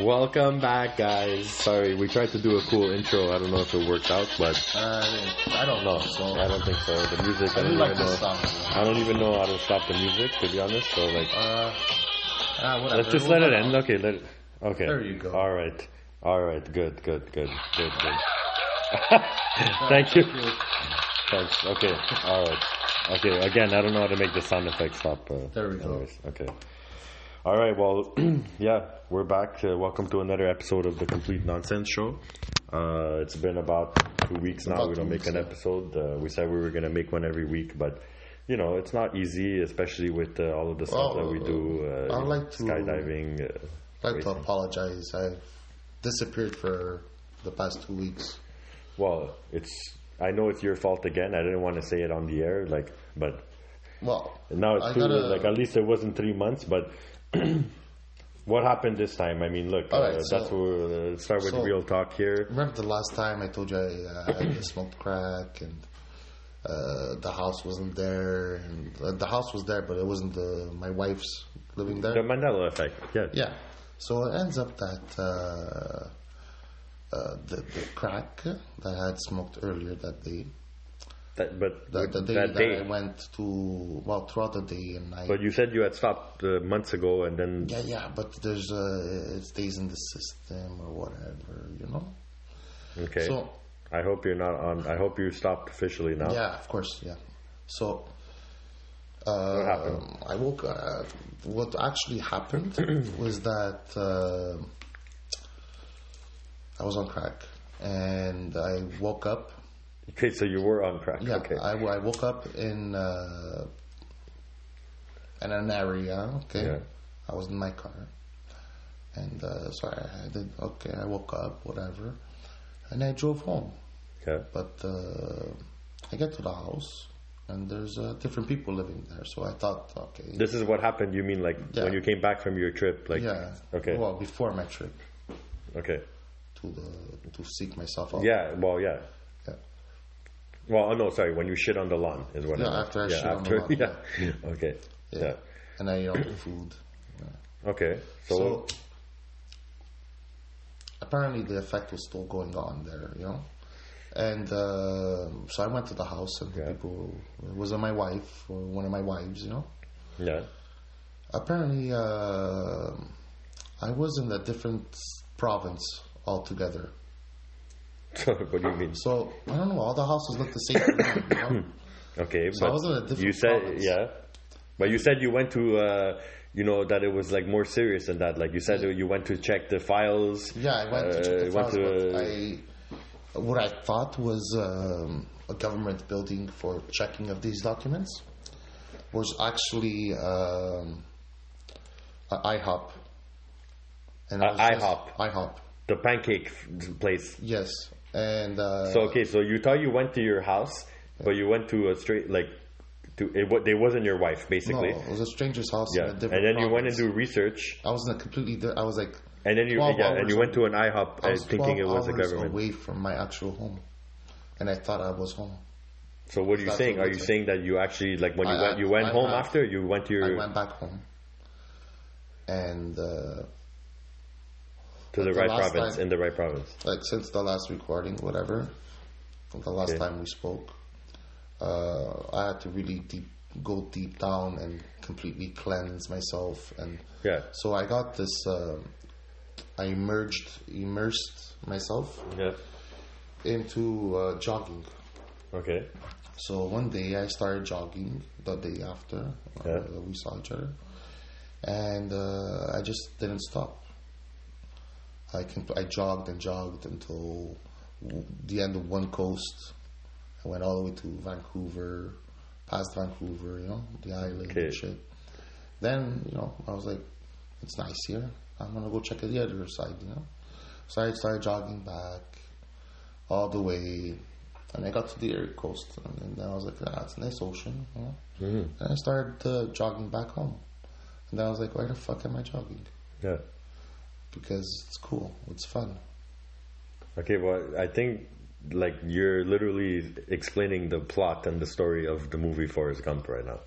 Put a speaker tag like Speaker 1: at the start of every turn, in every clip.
Speaker 1: Welcome back, guys. Sorry, we tried to do a cool intro. I don't know if it worked out, but
Speaker 2: Uh, I don't
Speaker 1: no,
Speaker 2: know. So
Speaker 1: I don't think so. The music, I
Speaker 2: I do
Speaker 1: don't
Speaker 2: like
Speaker 1: even know.
Speaker 2: this song.
Speaker 1: I don't even know how to stop the music, to be honest. So like,
Speaker 2: Uh, ah, whatever.
Speaker 1: let's just let it end. Okay, let. It, okay.
Speaker 2: There you go.
Speaker 1: All right. All right. Good. Good. Good. Good. Good. Thank you. Thanks. Okay. All right. Okay. Again, I don't know how to make the sound effect stop. Uh,
Speaker 2: There we go.
Speaker 1: go. Okay. All right. Well, yeah, we're back. Uh, welcome to another episode of the Complete Nonsense Show. Uh, it's been about two weeks now.
Speaker 2: About
Speaker 1: we don't
Speaker 2: two
Speaker 1: make
Speaker 2: weeks,
Speaker 1: an
Speaker 2: yeah.
Speaker 1: episode. Uh, we said we were gonna make one every week, but you know, it's not easy, especially with uh, all of the stuff
Speaker 2: Well,
Speaker 1: that we do. Uh,
Speaker 2: I'd like to-
Speaker 1: skydiving. Uh,
Speaker 2: I'd like to
Speaker 1: racing.
Speaker 2: apologize. I've disappeared for the past two weeks.
Speaker 1: well, it's. I know it's your fault again. I didn't want to say it on the air, like, but
Speaker 2: Well,
Speaker 1: Now it's
Speaker 2: I
Speaker 1: two,
Speaker 2: gotta-
Speaker 1: like at least it wasn't three months, but what happened this time? I mean, look,
Speaker 2: All right,
Speaker 1: uh,
Speaker 2: so-
Speaker 1: that's where uh, start with
Speaker 2: so-
Speaker 1: real talk here.
Speaker 2: remember the last time I told you I, uh, I smoked crack and uh, the house wasn't there. And, uh, the house was there, but it wasn't the, my wife's living there.
Speaker 1: The Mandela effect, yeah,
Speaker 2: Yeah. So it ends up that uh, uh, the, the crack that I had smoked earlier that day,
Speaker 1: That, but with
Speaker 2: that, the day
Speaker 1: that
Speaker 2: that,
Speaker 1: day,
Speaker 2: I went to, well, throughout the day and night.
Speaker 1: but you said you had stopped uh, months ago, and then
Speaker 2: yeah, yeah, but there's uh, it stays in the system or whatever, you know?
Speaker 1: okay.
Speaker 2: So,
Speaker 1: I hope you're not on. I hope you stopped officially now.
Speaker 2: yeah, of course, yeah. So,
Speaker 1: What
Speaker 2: uh,
Speaker 1: happened?
Speaker 2: I woke uh, What actually happened was that uh, I was on crack and I woke up
Speaker 1: Okay, so you were on crack.
Speaker 2: Yeah,
Speaker 1: okay.
Speaker 2: I, I woke up in uh, in an area. Okay,
Speaker 1: Yeah.
Speaker 2: I was in my car, and uh, so I, I did. Okay, I woke up, whatever, and I drove home.
Speaker 1: okay.
Speaker 2: But uh, I get to the house, and there's uh, different people living there. So I thought, okay,
Speaker 1: This is what happened. You mean like
Speaker 2: Yeah.
Speaker 1: when you came back from your trip? Like
Speaker 2: yeah,
Speaker 1: Okay.
Speaker 2: Well, before my trip
Speaker 1: okay.
Speaker 2: to the to seek myself out.
Speaker 1: Yeah. Well, yeah.
Speaker 2: Oh. Yeah.
Speaker 1: Well, oh, no, sorry. When you shit on the lawn is what. I
Speaker 2: Yeah,
Speaker 1: meant.
Speaker 2: after I
Speaker 1: yeah,
Speaker 2: shit on
Speaker 1: after,
Speaker 2: the lawn,
Speaker 1: Yeah. okay.
Speaker 2: Yeah.
Speaker 1: yeah.
Speaker 2: and I ate all the food.
Speaker 1: Okay. So,
Speaker 2: So apparently the effect was still going on there, you know. And uh, so I went to the house, and
Speaker 1: Yeah.
Speaker 2: the people it was my wife, or one of my wives, you know.
Speaker 1: yeah.
Speaker 2: Apparently, uh, I was in a different province altogether.
Speaker 1: So what do you mean?
Speaker 2: So I don't know. All the houses look the same. to me, you know?
Speaker 1: Okay,
Speaker 2: So I
Speaker 1: but
Speaker 2: was in a different
Speaker 1: you said
Speaker 2: province.
Speaker 1: yeah, but you said you went to uh, you know that it was like more serious than that. Like you said you went to check the files.
Speaker 2: Yeah, I went to
Speaker 1: uh,
Speaker 2: check the
Speaker 1: you
Speaker 2: files,
Speaker 1: went to,
Speaker 2: but I what I thought was um, a government building for checking of these documents was actually um, a IHOP. And
Speaker 1: A
Speaker 2: I was just-
Speaker 1: IHOP.
Speaker 2: IHOP,
Speaker 1: the pancake f- place.
Speaker 2: yes. And uh,
Speaker 1: So okay, so you thought you went to your house, but you went to a straight like to it. wa- It wasn't your wife
Speaker 2: no,
Speaker 1: basically.
Speaker 2: it was a stranger's house
Speaker 1: Yeah,
Speaker 2: in a
Speaker 1: and
Speaker 2: different.
Speaker 1: then you went and
Speaker 2: province.
Speaker 1: do research,
Speaker 2: I was in a completely. Di- I was like.
Speaker 1: and then you
Speaker 2: 12
Speaker 1: yeah, and
Speaker 2: hours
Speaker 1: you went to an IHOP
Speaker 2: I
Speaker 1: uh,
Speaker 2: was
Speaker 1: thinking it
Speaker 2: 12
Speaker 1: was the
Speaker 2: hours
Speaker 1: government.
Speaker 2: away from my actual home, and I thought I was home.
Speaker 1: So what are you
Speaker 2: That's
Speaker 1: saying?
Speaker 2: what
Speaker 1: Are
Speaker 2: we
Speaker 1: you
Speaker 2: said.
Speaker 1: saying that you actually like when you
Speaker 2: I-
Speaker 1: went
Speaker 2: I-
Speaker 1: you went
Speaker 2: I
Speaker 1: home
Speaker 2: went-
Speaker 1: after you went to
Speaker 2: I
Speaker 1: your
Speaker 2: went back home, and uh,
Speaker 1: to the
Speaker 2: the
Speaker 1: right
Speaker 2: last
Speaker 1: province
Speaker 2: time-
Speaker 1: in the right province?
Speaker 2: like since the last recording, whatever, the last
Speaker 1: Okay.
Speaker 2: time we spoke, uh, I had to really deep go deep down and completely cleanse myself, and
Speaker 1: Yeah,
Speaker 2: so I got this. um I emerged, immersed myself
Speaker 1: yeah,
Speaker 2: into uh, jogging.
Speaker 1: okay,
Speaker 2: So one day I started jogging the day after
Speaker 1: Yeah.
Speaker 2: uh, we saw each other, and uh, I just didn't stop. I can I jogged and jogged until w- the end of one coast. I went all the way to Vancouver, past Vancouver, you know, the island
Speaker 1: Okay.
Speaker 2: and shit. Then you know I was like, it's nice here. I'm gonna go check the other side, you know. So I started jogging back, all the way, and I got to the Erie coast, and then- then I was like, ah, it's a nice ocean. You know? And I started uh, jogging back home, and then I was like, why the fuck am I jogging?
Speaker 1: yeah.
Speaker 2: Because it's cool, it's fun.
Speaker 1: Okay, well, I think like you're literally explaining the plot and the story of the movie Forrest Gump right now.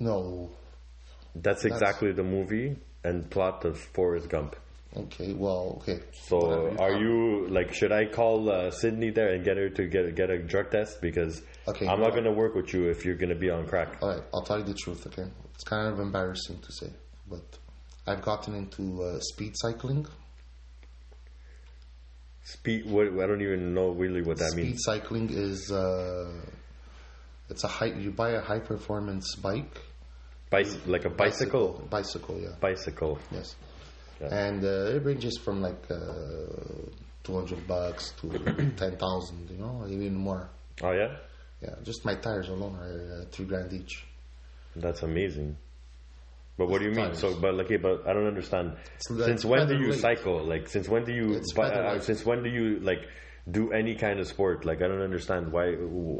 Speaker 2: No,
Speaker 1: That's exactly the movie and plot of Forrest Gump.
Speaker 2: Okay, well, okay.
Speaker 1: So
Speaker 2: Whatever
Speaker 1: are
Speaker 2: found.
Speaker 1: you like? Should I call uh, Sydney there and get her to get get a drug test because
Speaker 2: Okay,
Speaker 1: I'm
Speaker 2: go
Speaker 1: not
Speaker 2: on.
Speaker 1: gonna work with you if you're gonna be on crack.
Speaker 2: All right, I'll tell you the truth, okay? It's kind of embarrassing to say, but I've gotten into uh, speed cycling.
Speaker 1: Speed. What, I don't even know really what that
Speaker 2: speed
Speaker 1: means.
Speaker 2: cycling is uh, it's a high. You buy a high performance bike.
Speaker 1: Bic- like a bicycle.
Speaker 2: Bicycle, yeah.
Speaker 1: Bicycle.
Speaker 2: Yes.
Speaker 1: Yeah.
Speaker 2: And uh, it ranges from like uh, 200 bucks to 10,000, you know, even more.
Speaker 1: Oh yeah,
Speaker 2: Yeah, just my tires alone are uh, three grand each.
Speaker 1: that's amazing. But what do you mean?
Speaker 2: Tires.
Speaker 1: So, but like, yeah, but I don't understand.
Speaker 2: It's like
Speaker 1: Since when do you
Speaker 2: featherweight.
Speaker 1: cycle? Like, since when do you?
Speaker 2: It's
Speaker 1: bu- uh,
Speaker 2: featherweight.
Speaker 1: since when do you like do any kind of sport? Like, I don't understand why.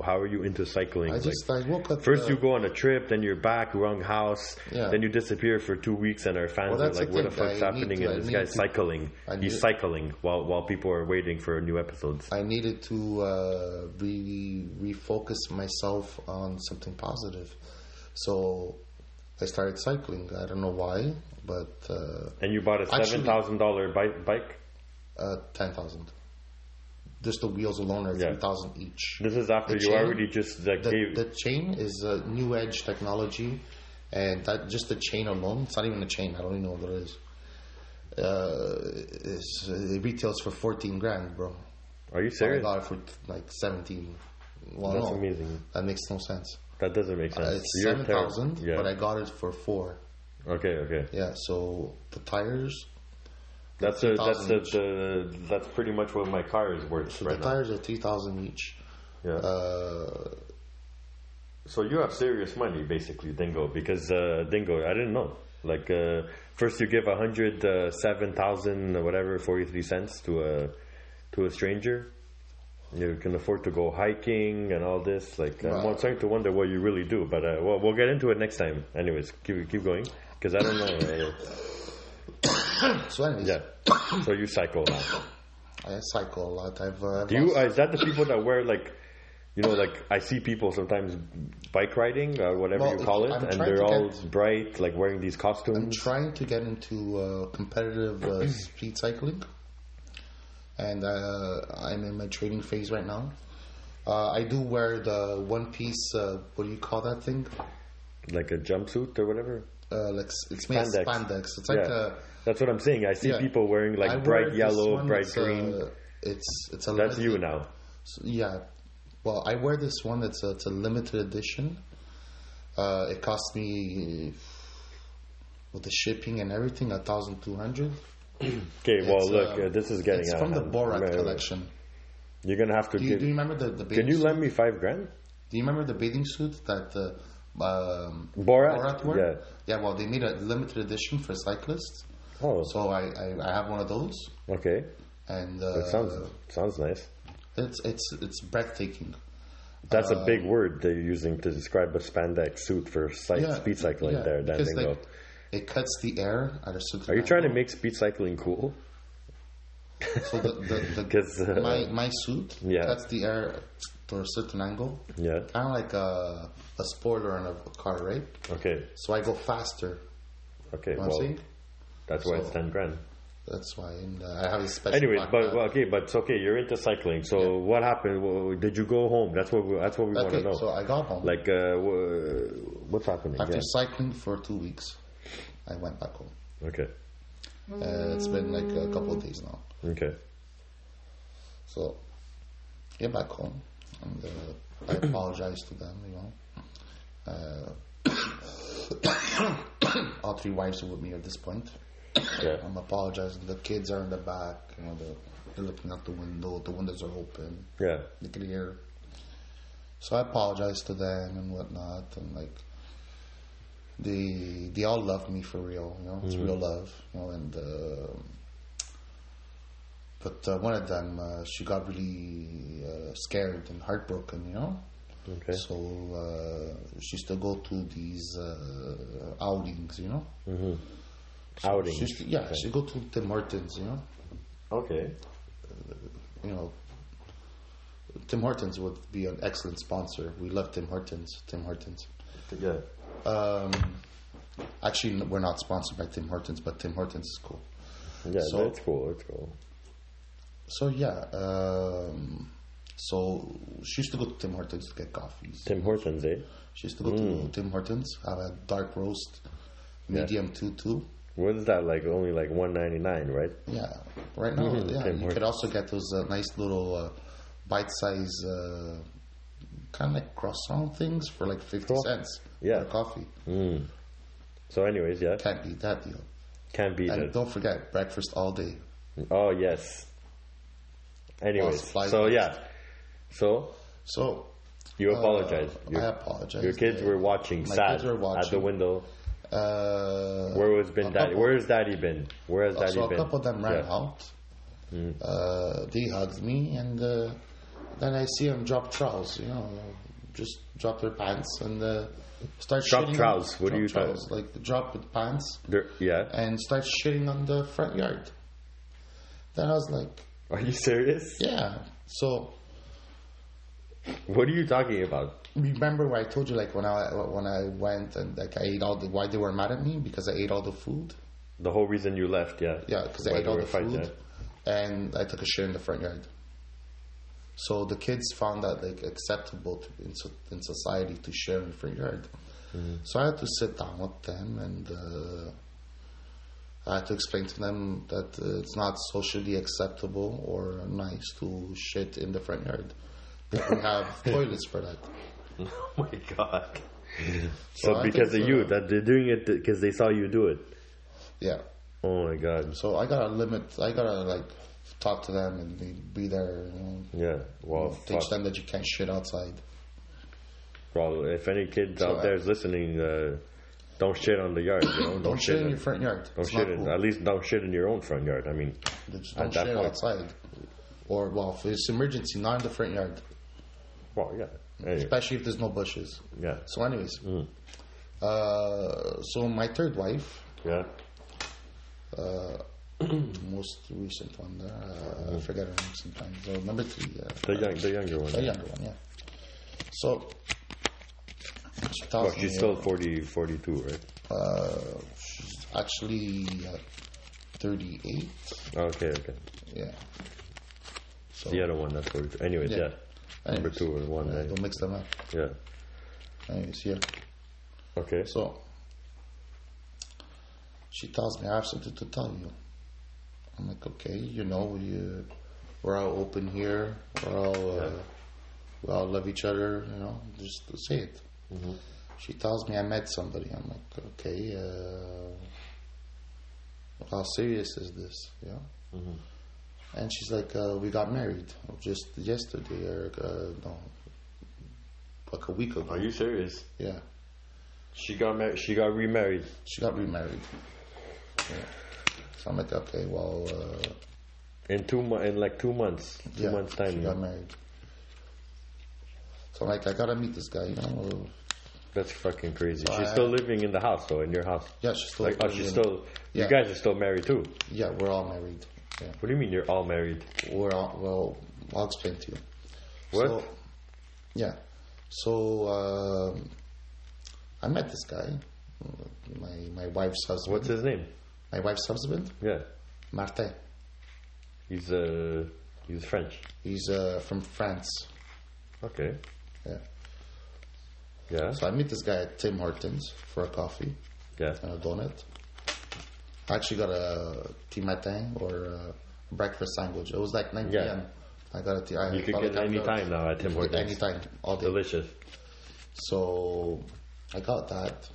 Speaker 1: How are you into cycling?
Speaker 2: I
Speaker 1: Like,
Speaker 2: just I woke up.
Speaker 1: First
Speaker 2: uh,
Speaker 1: you go on a trip, then you're back, wrong house,
Speaker 2: Yeah.
Speaker 1: then you disappear for two weeks, and our fans
Speaker 2: Well,
Speaker 1: are
Speaker 2: that's
Speaker 1: like,
Speaker 2: the
Speaker 1: "What the
Speaker 2: thing,
Speaker 1: fuck's
Speaker 2: I
Speaker 1: happening?"
Speaker 2: need to-
Speaker 1: and
Speaker 2: I
Speaker 1: this
Speaker 2: need
Speaker 1: guy's
Speaker 2: to-
Speaker 1: cycling.
Speaker 2: I
Speaker 1: He's
Speaker 2: need-
Speaker 1: cycling while while people are waiting for new episodes.
Speaker 2: I needed to uh, really refocus myself on something positive. So I started cycling. I don't know why, but uh,
Speaker 1: And you bought a
Speaker 2: Actually-
Speaker 1: seven thousand dollar bike. Bike.
Speaker 2: uh, 10,000. Just the wheels alone are
Speaker 1: Yeah.
Speaker 2: 3,000 each.
Speaker 1: This is after
Speaker 2: The
Speaker 1: you
Speaker 2: chain-
Speaker 1: already just like
Speaker 2: The,
Speaker 1: gave.
Speaker 2: the chain is a new edge technology, and that just the chain alone, it's not even a chain, I don't even know what it is. Uh, it's, it retails for 14 grand, bro.
Speaker 1: are you
Speaker 2: I
Speaker 1: serious?
Speaker 2: got it for like 17. Well,
Speaker 1: That's
Speaker 2: no,
Speaker 1: amazing.
Speaker 2: That makes no sense.
Speaker 1: That doesn't make sense.
Speaker 2: It's
Speaker 1: You're
Speaker 2: seven
Speaker 1: terrible.
Speaker 2: thousand,
Speaker 1: Yeah.
Speaker 2: but I got it for four.
Speaker 1: okay. Okay.
Speaker 2: Yeah, so the tires,
Speaker 1: That's a, that's
Speaker 2: 2,000
Speaker 1: the, the that's pretty much what my car is worth
Speaker 2: so
Speaker 1: right
Speaker 2: the
Speaker 1: now.
Speaker 2: tires are three thousand each.
Speaker 1: Yeah.
Speaker 2: Uh,
Speaker 1: So you have serious money, basically, Dingo, because uh, Dingo, I didn't know. Like, uh, first you give a hundred uh, seven thousand or whatever forty three cents to a to a stranger. You can afford to go hiking and all this. Like, uh, I'm
Speaker 2: Right.
Speaker 1: starting to wonder what you really do, but uh, well, we'll get into it next time. Anyways, keep keep going because I don't know. Uh,
Speaker 2: so anyways,
Speaker 1: yeah. So you cycle now.
Speaker 2: I cycle a lot. I've uh,
Speaker 1: Do you? Uh, is that the people that wear like? You know, like I see people sometimes bike riding or whatever
Speaker 2: Well,
Speaker 1: you call it,
Speaker 2: I'm
Speaker 1: and
Speaker 2: trying
Speaker 1: they're
Speaker 2: to
Speaker 1: all bright, like wearing these costumes.
Speaker 2: I'm trying to get into uh, competitive uh, speed cycling, and uh, I'm in my training phase right now. Uh, I do wear the one piece. Uh, what do you call that thing?
Speaker 1: like a jumpsuit or whatever.
Speaker 2: Uh, like s- it's made of
Speaker 1: Spandex.
Speaker 2: spandex. It's like
Speaker 1: yeah,
Speaker 2: a
Speaker 1: that's what I'm saying. I see
Speaker 2: yeah.
Speaker 1: people wearing like
Speaker 2: I wear
Speaker 1: bright
Speaker 2: this
Speaker 1: yellow,
Speaker 2: one
Speaker 1: bright
Speaker 2: that's,
Speaker 1: green.
Speaker 2: uh, it's it's a
Speaker 1: that's
Speaker 2: limited-
Speaker 1: you now.
Speaker 2: So, Yeah. Well, I wear this one that's a, it's a limited edition. Uh, it cost me with the shipping and everything a thousand two hundred.
Speaker 1: Okay, well,
Speaker 2: It's,
Speaker 1: look,
Speaker 2: uh,
Speaker 1: uh, this is getting
Speaker 2: It's
Speaker 1: out
Speaker 2: from
Speaker 1: of
Speaker 2: the
Speaker 1: hand.
Speaker 2: Borat
Speaker 1: Right, right.
Speaker 2: collection.
Speaker 1: You're gonna have to
Speaker 2: Do you,
Speaker 1: give.
Speaker 2: do you remember the the bathing
Speaker 1: can you
Speaker 2: suit?
Speaker 1: lend me five grand?
Speaker 2: Do you remember the bathing suit that the um,
Speaker 1: Borat?
Speaker 2: wore?
Speaker 1: Yeah.
Speaker 2: Yeah. Well, they made a limited edition for cyclists,
Speaker 1: Oh,
Speaker 2: so I I, I have one of those,
Speaker 1: okay.
Speaker 2: and
Speaker 1: That
Speaker 2: uh,
Speaker 1: sounds sounds nice.
Speaker 2: it's it's it's breathtaking.
Speaker 1: That's
Speaker 2: Uh,
Speaker 1: a big word they're using to describe a spandex suit for cy- speed cycling.
Speaker 2: yeah,
Speaker 1: There, that
Speaker 2: because, Uh,
Speaker 1: Dingo.
Speaker 2: like, it cuts the air at a certain.
Speaker 1: Are you trying to make speed cycling cool?
Speaker 2: So the, the, the
Speaker 1: 'Cause, uh,
Speaker 2: my my suit
Speaker 1: Yeah.
Speaker 2: cuts the air to a certain angle,
Speaker 1: Yeah.
Speaker 2: kind of like a a spoiler on a car, right?
Speaker 1: Okay.
Speaker 2: So I go faster.
Speaker 1: Okay.
Speaker 2: You know what I'm
Speaker 1: Well,
Speaker 2: saying?
Speaker 1: that's why it's
Speaker 2: So-
Speaker 1: ten grand.
Speaker 2: That's why and, uh, I have a special.
Speaker 1: Anyways,
Speaker 2: black
Speaker 1: but
Speaker 2: bag.
Speaker 1: well, okay, but it's okay. You're into cycling. So what happened? Wha- Did you go home? That's what we, that's what we want to
Speaker 2: okay,
Speaker 1: know.
Speaker 2: so I got home
Speaker 1: like, uh, wha- what's happening?
Speaker 2: after
Speaker 1: Yeah.
Speaker 2: cycling for two weeks. I went back home.
Speaker 1: Okay.
Speaker 2: Uh, it's been like a couple of days now.
Speaker 1: Okay.
Speaker 2: So, get back home, and uh, I apologize to them, you know. Uh, all three wives are with me at this point.
Speaker 1: Yeah.
Speaker 2: I'm apologizing. The kids are in the back, you know, they're, they're looking out the window, the windows are open,
Speaker 1: Yeah.
Speaker 2: they can hear. So I apologize to them and whatnot, and like, they they all love me for real, you know, it's real love, you know, and um but uh, one of them, uh, she got really uh, scared and heartbroken, you know.
Speaker 1: Okay.
Speaker 2: So uh, she used to go to these uh, outings, you know.
Speaker 1: Outing.
Speaker 2: She used to, yeah, she go to Tim Hortons, you know.
Speaker 1: Okay.
Speaker 2: You know, Tim Hortons would be an excellent sponsor. We love Tim Hortons. Tim Hortons.
Speaker 1: Yeah.
Speaker 2: Um, Actually, n- we're not sponsored by Tim Hortons, but Tim Hortons is cool.
Speaker 1: Yeah,
Speaker 2: So-
Speaker 1: that's cool. That's cool.
Speaker 2: So yeah, um, so she used to go to Tim Hortons to get coffees.
Speaker 1: Tim Hortons, eh?
Speaker 2: She used to go to Tim Hortons, have a dark roast,
Speaker 1: Yeah.
Speaker 2: medium two two.
Speaker 1: What is that like? Only like one ninety nine, right?
Speaker 2: Yeah, right now,
Speaker 1: Mhm,
Speaker 2: yeah.
Speaker 1: Tim
Speaker 2: you could also get those uh, nice little uh, bite-sized, uh, kind of like croissant things for like fifty
Speaker 1: Cool.
Speaker 2: cents.
Speaker 1: Yeah.
Speaker 2: for coffee
Speaker 1: So, anyways, yeah,
Speaker 2: can't beat that deal.
Speaker 1: can't beat
Speaker 2: And
Speaker 1: it.
Speaker 2: don't forget breakfast all day.
Speaker 1: Oh yes. Anyways,
Speaker 2: Lost five
Speaker 1: so
Speaker 2: minutes.
Speaker 1: yeah, so
Speaker 2: So
Speaker 1: you
Speaker 2: uh,
Speaker 1: apologize.
Speaker 2: I
Speaker 1: your,
Speaker 2: apologize.
Speaker 1: your kids
Speaker 2: Uh,
Speaker 1: were watching
Speaker 2: my
Speaker 1: sad
Speaker 2: kids were
Speaker 1: at the
Speaker 2: watching.
Speaker 1: window.
Speaker 2: Uh,
Speaker 1: Where was been
Speaker 2: a
Speaker 1: daddy?
Speaker 2: couple-
Speaker 1: Where has daddy been? Where has daddy
Speaker 2: so a
Speaker 1: been?
Speaker 2: couple of them ran
Speaker 1: Yeah. Mm.
Speaker 2: out. Uh, they hugged me, and uh, then I see them drop trowels. You know, just drop their pants and uh, start
Speaker 1: Drop
Speaker 2: shitting on-
Speaker 1: trowels, what do
Speaker 2: drop
Speaker 1: you talk-
Speaker 2: trowels, like drop the pants
Speaker 1: There- yeah.
Speaker 2: and start shitting on the front yard. Then I was like,
Speaker 1: Are you serious?
Speaker 2: yeah. So
Speaker 1: What are you talking about?
Speaker 2: remember where I told you like when I when I went and like I ate all the why they were mad at me because I ate all the food.
Speaker 1: The whole reason you left, yeah.
Speaker 2: Yeah, because
Speaker 1: Why
Speaker 2: I ate
Speaker 1: they
Speaker 2: all
Speaker 1: were
Speaker 2: the
Speaker 1: fighting,
Speaker 2: food,
Speaker 1: yeah.
Speaker 2: and I took a shit in the front yard. So the kids found that like acceptable to, in so- in society to share in the front yard.
Speaker 1: Mm-hmm.
Speaker 2: So I had to sit down with them and uh, I had to explain to them that uh, it's not socially acceptable or nice to shit in the front yard. That we have toilets for that.
Speaker 1: Oh my god. So
Speaker 2: I
Speaker 1: because of
Speaker 2: think,
Speaker 1: you,
Speaker 2: uh,
Speaker 1: that they're doing it because they saw you do it.
Speaker 2: Yeah.
Speaker 1: Oh my god.
Speaker 2: So I gotta limit. I gotta like talk to them and be, be there. You know,
Speaker 1: Yeah. Well,
Speaker 2: teach
Speaker 1: fuck.
Speaker 2: them that you can't shit outside.
Speaker 1: Well, if any kids out
Speaker 2: I-
Speaker 1: there is listening, uh, don't shit on the yard. You know?
Speaker 2: Don't shit in your front yard.
Speaker 1: Don't
Speaker 2: It's not
Speaker 1: shit in,
Speaker 2: cool.
Speaker 1: at least don't shit in your own front yard. I mean,
Speaker 2: Just
Speaker 1: at
Speaker 2: don't
Speaker 1: that
Speaker 2: shit
Speaker 1: point.
Speaker 2: outside. Or well, if it's emergency, not in the front yard,
Speaker 1: well, yeah, anyway,
Speaker 2: especially if there's no bushes.
Speaker 1: yeah, Hmm.
Speaker 2: So, anyways, uh, so my third wife,
Speaker 1: yeah.
Speaker 2: most recent one, there,
Speaker 1: Hmm.
Speaker 2: uh, I forget her name sometimes. Uh, number three, uh,
Speaker 1: The young, the younger one.
Speaker 2: the younger one, yeah. So. She
Speaker 1: Well,
Speaker 2: tells me,
Speaker 1: she's still 40, 42, right?
Speaker 2: uh, she's actually uh, 38.
Speaker 1: Okay, okay.
Speaker 2: Yeah. So,
Speaker 1: The other one that's forty-two. Anyways, yeah.
Speaker 2: Yeah.
Speaker 1: Number
Speaker 2: anyways,
Speaker 1: two and one.
Speaker 2: uh,
Speaker 1: eh?
Speaker 2: Don't mix them up.
Speaker 1: Yeah.
Speaker 2: Anyways, yeah.
Speaker 1: Okay.
Speaker 2: So she tells me I have something to tell you. I'm like, okay, you know, we, uh, we're all open here. We're all uh, we all love each other. You know, just to say it.
Speaker 1: Mm-hmm.
Speaker 2: She tells me I met somebody. I'm like, okay, uh, how serious is this? Yeah.
Speaker 1: Mm-hmm.
Speaker 2: And she's like, uh, we got married just yesterday, or uh, no, like a week ago.
Speaker 1: Are you serious?
Speaker 2: yeah.
Speaker 1: She got married. She got remarried.
Speaker 2: She got remarried. Yeah. So I'm like, okay, well, uh,
Speaker 1: In two mo- in like two months, two
Speaker 2: yeah,
Speaker 1: months
Speaker 2: she
Speaker 1: time.
Speaker 2: got
Speaker 1: yeah.
Speaker 2: married. So I'm like, I gotta meet this guy, you know. uh,
Speaker 1: That's fucking crazy. She's
Speaker 2: I-
Speaker 1: still living in the house though, in your house.
Speaker 2: Yeah, she's still.
Speaker 1: Like, oh, she's still. You
Speaker 2: Yeah.
Speaker 1: guys are still married too.
Speaker 2: Yeah, we're all married. Yeah,
Speaker 1: What do you mean you're all married?
Speaker 2: we're all. Well, I'll explain to you.
Speaker 1: What?
Speaker 2: So, yeah. So um, I met this guy, uh, my my wife's husband.
Speaker 1: What's his name?
Speaker 2: My wife's husband,
Speaker 1: Yeah,
Speaker 2: Martin.
Speaker 1: he's uh, he's French.
Speaker 2: He's uh, from France.
Speaker 1: Okay.
Speaker 2: Yeah.
Speaker 1: Yeah.
Speaker 2: So I meet this guy at Tim Hortons for a coffee.
Speaker 1: Yeah.
Speaker 2: and a donut. uh, I actually got a tea matin or a breakfast sandwich. It was like 9
Speaker 1: Yeah.
Speaker 2: p.m. I got a tea. I
Speaker 1: You could
Speaker 2: got a
Speaker 1: get any
Speaker 2: candle.
Speaker 1: time now at Tim
Speaker 2: Like
Speaker 1: Hortons.
Speaker 2: Any time, all day.
Speaker 1: Delicious.
Speaker 2: So I got that.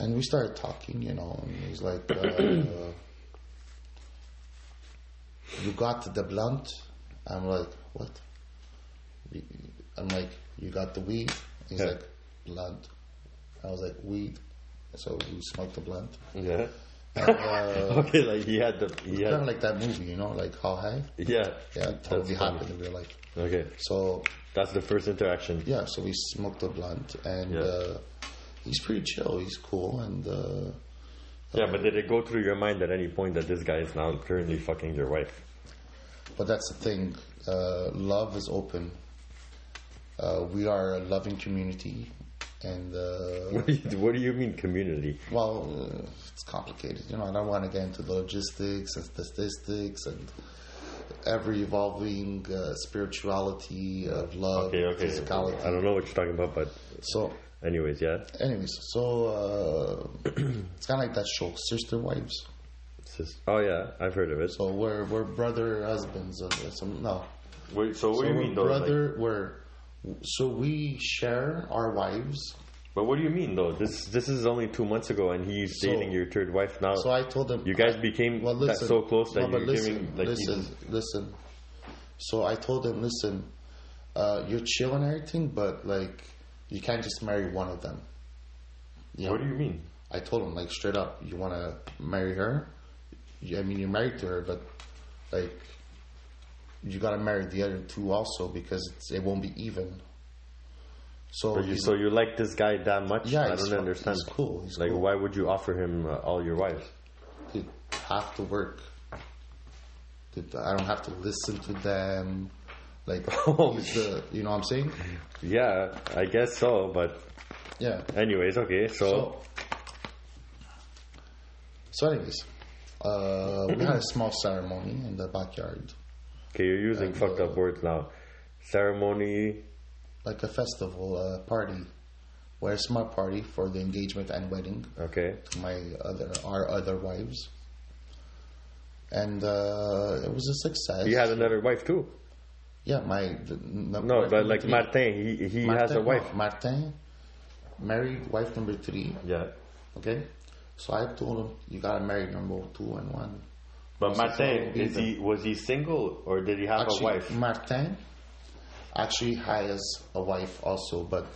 Speaker 2: And we started talking, you know, and he's like, uh, You got the blunt? I'm like, What? I'm like, You got the weed? He's
Speaker 1: Yeah.
Speaker 2: like, Blunt. I was like, Weed. So we smoked the blunt.
Speaker 1: Yeah.
Speaker 2: And, uh,
Speaker 1: Okay, like he had the he
Speaker 2: Kind of
Speaker 1: had,
Speaker 2: like that movie, you know, like How High?
Speaker 1: yeah.
Speaker 2: Yeah, it totally
Speaker 1: funny.
Speaker 2: happened in real life.
Speaker 1: Okay,
Speaker 2: So
Speaker 1: that's the first interaction.
Speaker 2: yeah, so we smoked a blunt, and
Speaker 1: Yeah.
Speaker 2: uh, he's pretty chill. He's cool, and uh,
Speaker 1: Yeah, but did it go through your mind at any point that this guy is now currently fucking your wife?
Speaker 2: but that's the thing. Uh, love is open. Uh, we are a loving community. And uh,
Speaker 1: What do you, what do you mean community?
Speaker 2: well, uh, it's complicated, you know. And I want to get into the logistics and statistics and ever evolving uh, spirituality of love,
Speaker 1: Okay, okay.
Speaker 2: physicality.
Speaker 1: I don't know what you're talking about, but
Speaker 2: So,
Speaker 1: anyways, yeah.
Speaker 2: anyways, so uh, it's kind of like that show, Sister Wives.
Speaker 1: It's just- oh yeah, I've heard of it.
Speaker 2: So we're we're brother husbands. Of, so no,
Speaker 1: Wait, so what
Speaker 2: so
Speaker 1: do you
Speaker 2: we're
Speaker 1: mean though? Like-
Speaker 2: brother. we're so we share our wives.
Speaker 1: but what do you mean though? This this is only two months ago, and he's
Speaker 2: So-
Speaker 1: dating your third wife now.
Speaker 2: So I told them
Speaker 1: you guys became
Speaker 2: well,
Speaker 1: that
Speaker 2: listen.
Speaker 1: so close that
Speaker 2: No, but
Speaker 1: you're
Speaker 2: listen,
Speaker 1: giving like
Speaker 2: listen,
Speaker 1: he's-
Speaker 2: listen. So I told him, listen, uh, you're chill and everything, but like you can't just marry one of them. You
Speaker 1: What
Speaker 2: know?
Speaker 1: do you mean?
Speaker 2: I told him like straight up, you want to marry her. You- I mean, you're married to her, but like you got to marry the other two also because it's, it won't be even. So,
Speaker 1: But you,
Speaker 2: he's-
Speaker 1: so you like this guy that much?
Speaker 2: yeah,
Speaker 1: I
Speaker 2: he's
Speaker 1: don't
Speaker 2: fu-
Speaker 1: understand.
Speaker 2: He's cool. He's
Speaker 1: Like,
Speaker 2: cool.
Speaker 1: why would you offer him uh, all your wives?
Speaker 2: Dude, have to work. Dude, I don't have to listen to them. Like, he's the, you know what I'm saying?
Speaker 1: Yeah, I guess so. But
Speaker 2: Yeah.
Speaker 1: anyways, okay. So,
Speaker 2: So, so anyways, uh, we had a small ceremony in the backyard,
Speaker 1: okay, you're using fucked up words now. Ceremony.
Speaker 2: like a festival uh, party, where it's my party for the engagement and wedding
Speaker 1: Okay.
Speaker 2: to my other our other wives. And uh, it was a success.
Speaker 1: You had another wife too.
Speaker 2: yeah, my the, no,
Speaker 1: No, but like
Speaker 2: three.
Speaker 1: Martin, he he has a
Speaker 2: Martin-
Speaker 1: wife.
Speaker 2: no, Martin, married wife number three.
Speaker 1: Yeah.
Speaker 2: Okay, so I told him you gotta marry number two and one.
Speaker 1: But
Speaker 2: What's the
Speaker 1: Martin,
Speaker 2: problem?
Speaker 1: is he was he single or did he have a wife?
Speaker 2: Martin actually has a wife also, but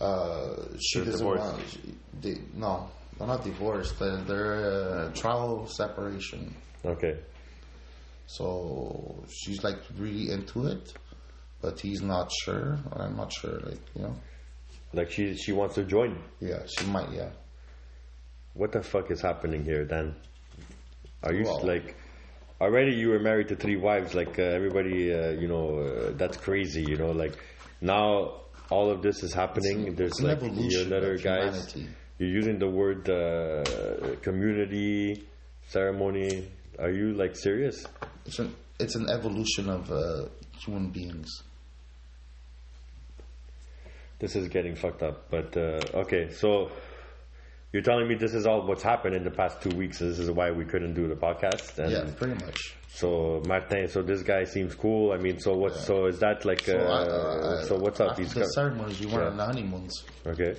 Speaker 2: uh, she
Speaker 1: They're
Speaker 2: doesn't
Speaker 1: divorced.
Speaker 2: want. She, they, no, they're not divorced. They're, they're uh, trial separation.
Speaker 1: Okay.
Speaker 2: So she's like really into it, but he's not sure. Or I'm not sure. Like you know,
Speaker 1: Like she she wants to join.
Speaker 2: yeah, she might. Yeah.
Speaker 1: What the fuck is happening here, Dan? Are you
Speaker 2: Well-
Speaker 1: like already you were married to three wives? Like uh, everybody, uh, you know, uh, that's crazy. You know, like now all of this is happening. There's
Speaker 2: an
Speaker 1: like
Speaker 2: evolution
Speaker 1: you're another
Speaker 2: of
Speaker 1: guys.
Speaker 2: humanity.
Speaker 1: You're using the word uh, community ceremony. Are you like serious?
Speaker 2: It's an, it's an evolution of uh, human beings.
Speaker 1: This is getting fucked up. But uh, okay, so you're telling me this is all what's happened in the past two weeks. This is why we couldn't do the podcast. And
Speaker 2: Yeah, pretty much.
Speaker 1: So Martin, so this guy seems cool. I mean, so what? So is that like? So, uh,
Speaker 2: I- I-
Speaker 1: so what's up?
Speaker 2: After
Speaker 1: These
Speaker 2: the
Speaker 1: guys?
Speaker 2: ceremonies, we went on the honeymoons.
Speaker 1: okay,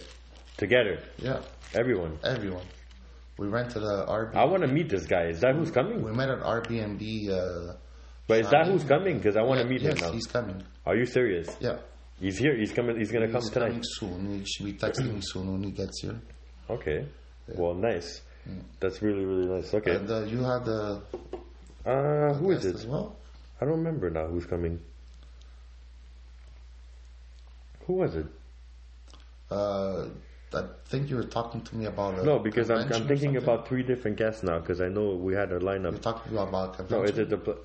Speaker 1: together,
Speaker 2: Yeah,
Speaker 1: everyone.
Speaker 2: everyone. We rented a RB.
Speaker 1: I want to meet this guy. Is that who's coming?
Speaker 2: We met at Airbnb. Uh,
Speaker 1: But is that who's coming? Because I want to meet
Speaker 2: yes,
Speaker 1: him now.
Speaker 2: he's coming.
Speaker 1: Are you serious?
Speaker 2: Yeah,
Speaker 1: He's here. He's coming. He's gonna
Speaker 2: he's
Speaker 1: come tonight.
Speaker 2: coming soon. He should be texting me soon when he gets here.
Speaker 1: Okay. Well, nice. That's really really nice. Okay.
Speaker 2: Hmm. And uh, you had the
Speaker 1: Uh, who is
Speaker 2: guest as
Speaker 1: it?
Speaker 2: well.
Speaker 1: I don't remember now. Who's coming? Who was it?
Speaker 2: Uh, I think you were talking to me about. A
Speaker 1: No, because I'm,
Speaker 2: convention
Speaker 1: I'm
Speaker 2: or
Speaker 1: thinking
Speaker 2: something.
Speaker 1: about three different guests now. Because I know we had a lineup.
Speaker 2: You're talking about a
Speaker 1: No,
Speaker 2: convention.
Speaker 1: is it the? Pl-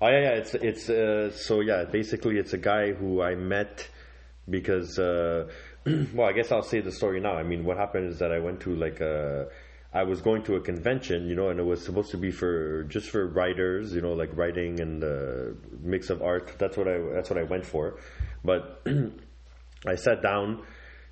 Speaker 1: oh yeah, yeah. It's it's uh, so yeah. Basically, it's a guy who I met because uh, well, I guess I'll say the story now. I mean, what happened is that I went to like a. I was going to a convention, you know, and it was supposed to be for just for writers, you know, like writing and uh, mix of art. That's what I that's what I went for, but I sat down,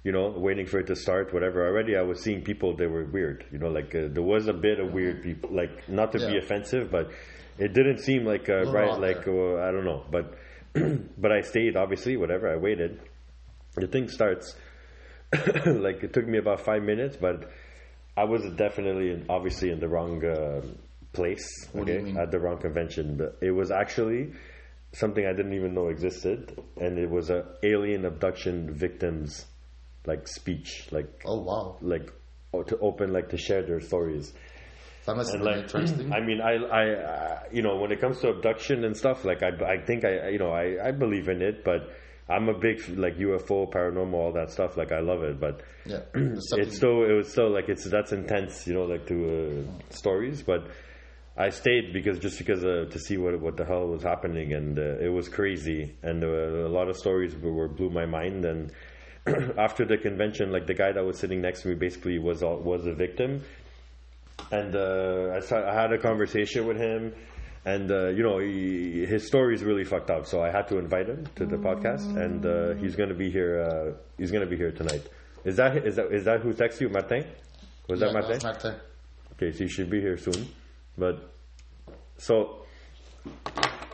Speaker 1: you know, waiting for it to start. Whatever. Already, I was seeing people. They were weird, you know, like uh, there was a bit of weird people. Like not to be
Speaker 2: Yeah.
Speaker 1: offensive, but it didn't seem like uh,
Speaker 2: Little
Speaker 1: right.
Speaker 2: out
Speaker 1: Like uh, I don't know, but but I stayed. Obviously, whatever. I waited. The thing starts. like it took me about five minutes, but I was definitely and obviously in the wrong uh, place.
Speaker 2: do you
Speaker 1: Okay,
Speaker 2: mean?
Speaker 1: at the wrong convention. But It was actually something I didn't even know existed, and it was a alien abduction victims like speech, like
Speaker 2: Oh wow,
Speaker 1: like o- to open like to share their stories.
Speaker 2: that must have been
Speaker 1: Like,
Speaker 2: interesting.
Speaker 1: I mean, I, I, uh, you know, when it comes to abduction and stuff, like I, I think I, you know, I, I believe in it, but I'm a big like UFO, paranormal, all that stuff. Like I love it, but
Speaker 2: yeah, there's something-
Speaker 1: it's still it was still like it's that's intense you know like to uh, stories but i stayed because just because uh, to see what what the hell was happening and uh, it was crazy and uh, a lot of stories were, were blew my mind and after the convention, like the guy that was sitting next to me basically was all, was a victim, and uh, I, saw, I had a conversation with him, and uh, you know he, his story is really fucked up. So I had to invite him to the podcast, and uh, he's gonna be here. Uh, he's gonna be here tonight. Is that is that is that who texted you, Martin? Was that
Speaker 2: Yeah,
Speaker 1: Martin?
Speaker 2: that's Martin.
Speaker 1: Okay, so he should be here soon. But so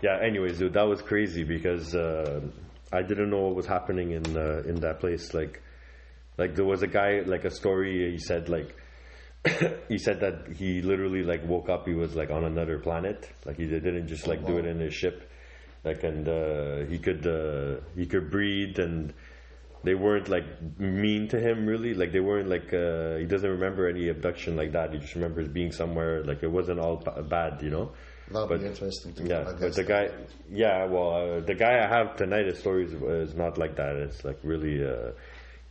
Speaker 1: yeah. Anyways, dude, that was crazy because uh, I didn't know what was happening in uh, in that place. Like, like there was a guy, like a story. He said like he said that he literally like woke up. He was like on another planet. Like he didn't just like do it in his ship. Like and uh, he could uh, he could breathe and they weren't like mean to him really like they weren't like uh, he doesn't remember any abduction like that he just remembers being somewhere like it wasn't all b- bad you know
Speaker 2: That'll
Speaker 1: But-
Speaker 2: be interesting to
Speaker 1: yeah
Speaker 2: I
Speaker 1: but
Speaker 2: guess.
Speaker 1: the guy yeah well uh, the guy i have tonight his story is, is not like that it's like really uh,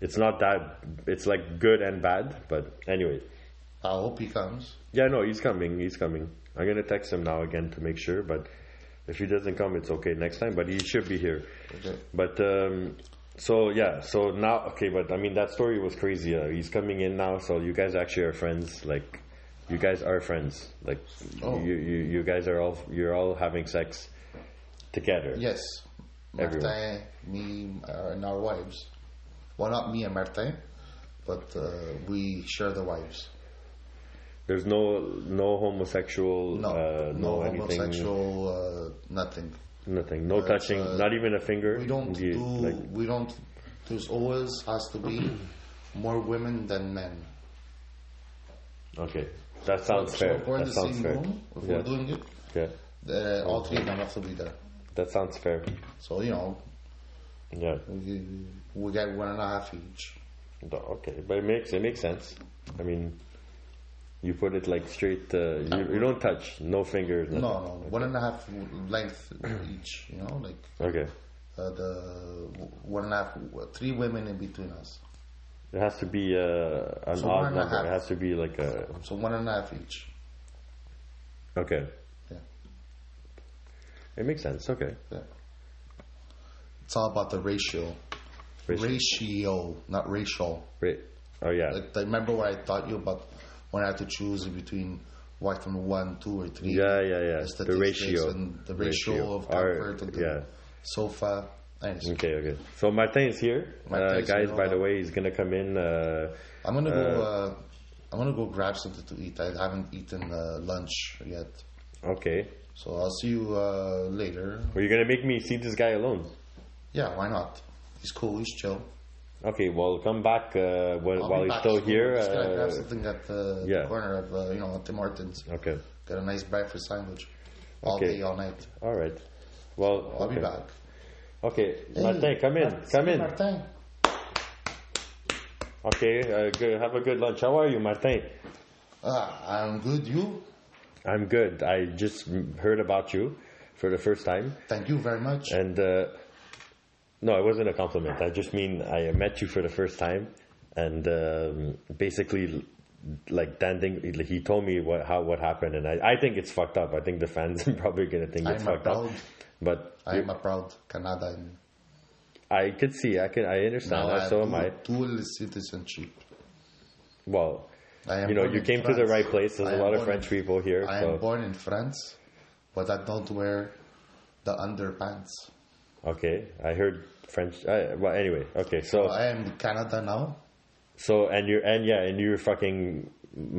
Speaker 1: it's not that it's like good and bad but anyway
Speaker 2: I hope he comes.
Speaker 1: yeah no he's coming he's coming i'm gonna text him now again to make sure but if he doesn't come it's okay next time but he should be here
Speaker 2: Okay.
Speaker 1: but um, so yeah, so now okay, but I mean that story was crazy. Uh, he's coming in now, so you guys actually are friends. Like, you guys are friends. Like,
Speaker 2: Oh.
Speaker 1: you, you you guys are all you're all having sex together.
Speaker 2: Yes.
Speaker 1: Everyone.
Speaker 2: Martin, me, uh, and our wives. Well, not me and Martin, but uh, we share the wives.
Speaker 1: There's no no homosexual,
Speaker 2: No,
Speaker 1: uh,
Speaker 2: no,
Speaker 1: no, anything,
Speaker 2: homosexual, uh, nothing.
Speaker 1: nothing, no
Speaker 2: Uh,
Speaker 1: touching,
Speaker 2: uh,
Speaker 1: not even a finger.
Speaker 2: We don't
Speaker 1: You-
Speaker 2: do.
Speaker 1: like,
Speaker 2: we don't. There's always has to be more women than men.
Speaker 1: okay, that sounds
Speaker 2: so
Speaker 1: fair.
Speaker 2: if we're in
Speaker 1: That
Speaker 2: the
Speaker 1: sounds
Speaker 2: same
Speaker 1: fair.
Speaker 2: room, if
Speaker 1: Yeah.
Speaker 2: we're doing it,
Speaker 1: Yeah,
Speaker 2: uh, all three of them have to be there.
Speaker 1: that sounds fair.
Speaker 2: So you know,
Speaker 1: Yeah.
Speaker 2: we, we get one and a half each.
Speaker 1: No, Okay, but it makes it makes sense. I mean, you put it like straight. Uh, you, you don't touch, no fingers.
Speaker 2: No,
Speaker 1: Nothing.
Speaker 2: no, one and a half length each. You know, like
Speaker 1: Okay,
Speaker 2: uh, the one and a half, three women in between us.
Speaker 1: it has to be uh, an
Speaker 2: So one
Speaker 1: odd
Speaker 2: and a
Speaker 1: number. It
Speaker 2: half.
Speaker 1: has to be like a
Speaker 2: So one and a half each.
Speaker 1: okay.
Speaker 2: Yeah.
Speaker 1: It makes sense. Okay,
Speaker 2: Yeah. It's all about the ratio.
Speaker 1: Ratio.
Speaker 2: Ratio, not racial.
Speaker 1: great. Oh yeah,
Speaker 2: Like, I remember what I taught you about when I had to choose between white and one, two, or three.
Speaker 1: yeah, yeah, yeah. The,
Speaker 2: statistics
Speaker 1: ratio,
Speaker 2: And the ratio, of
Speaker 1: Our-
Speaker 2: comfort of the
Speaker 1: yeah.
Speaker 2: sofa. Anyways,
Speaker 1: Okay, okay. So Martin is here, uh,
Speaker 2: Martin's
Speaker 1: guys.
Speaker 2: here,
Speaker 1: By
Speaker 2: hold
Speaker 1: the
Speaker 2: on.
Speaker 1: way, he's gonna come in. Uh,
Speaker 2: I'm gonna go. Uh, I'm gonna go grab something to eat. I haven't eaten uh, lunch yet,
Speaker 1: okay.
Speaker 2: so I'll see you uh, later.
Speaker 1: Well, you're gonna make me see this guy alone.
Speaker 2: Yeah, why not? He's cool. He's chill.
Speaker 1: Okay, well, come back uh, while,
Speaker 2: I'll
Speaker 1: while
Speaker 2: be
Speaker 1: he's
Speaker 2: back
Speaker 1: still
Speaker 2: soon.
Speaker 1: here.
Speaker 2: Just gonna grab
Speaker 1: Uh,
Speaker 2: something at the,
Speaker 1: yeah.
Speaker 2: the corner of uh, you know at Tim Hortons.
Speaker 1: okay,
Speaker 2: Got a nice breakfast sandwich. All
Speaker 1: Okay.
Speaker 2: day, all night.
Speaker 1: all right. Well,
Speaker 2: I'll
Speaker 1: okay.
Speaker 2: be back.
Speaker 1: Okay, Martin, come in, come in.
Speaker 2: Martin.
Speaker 1: Okay, uh, good. have a good lunch. How are you, Martin?
Speaker 2: Ah, I'm good. You?
Speaker 1: I'm good. I just m- heard about you for the first time,
Speaker 2: Thank you very much.
Speaker 1: and uh, no, it wasn't a compliment. I just mean I met you for the first time, and um, basically, like Dan Ding, he- he told me what how what happened, and I, I think it's fucked up. I think the fans are probably gonna think it's
Speaker 2: I'm
Speaker 1: fucked up,
Speaker 2: proud.
Speaker 1: but
Speaker 2: I am a proud Canadian.
Speaker 1: I could see, I can, I understand.
Speaker 2: Now I
Speaker 1: that.
Speaker 2: have
Speaker 1: so am
Speaker 2: du-
Speaker 1: I.
Speaker 2: dual citizenship.
Speaker 1: Well,
Speaker 2: I am
Speaker 1: you know,
Speaker 2: born
Speaker 1: you
Speaker 2: in
Speaker 1: came to the
Speaker 2: France.
Speaker 1: right place. There's
Speaker 2: I
Speaker 1: a
Speaker 2: am
Speaker 1: lot of
Speaker 2: born
Speaker 1: French
Speaker 2: in-
Speaker 1: people here.
Speaker 2: I
Speaker 1: so.
Speaker 2: am born in France, but I don't wear the underpants.
Speaker 1: Okay, I heard French. I, well, anyway, okay. So,
Speaker 2: I am Canada now.
Speaker 1: so and you're and yeah, and you're fucking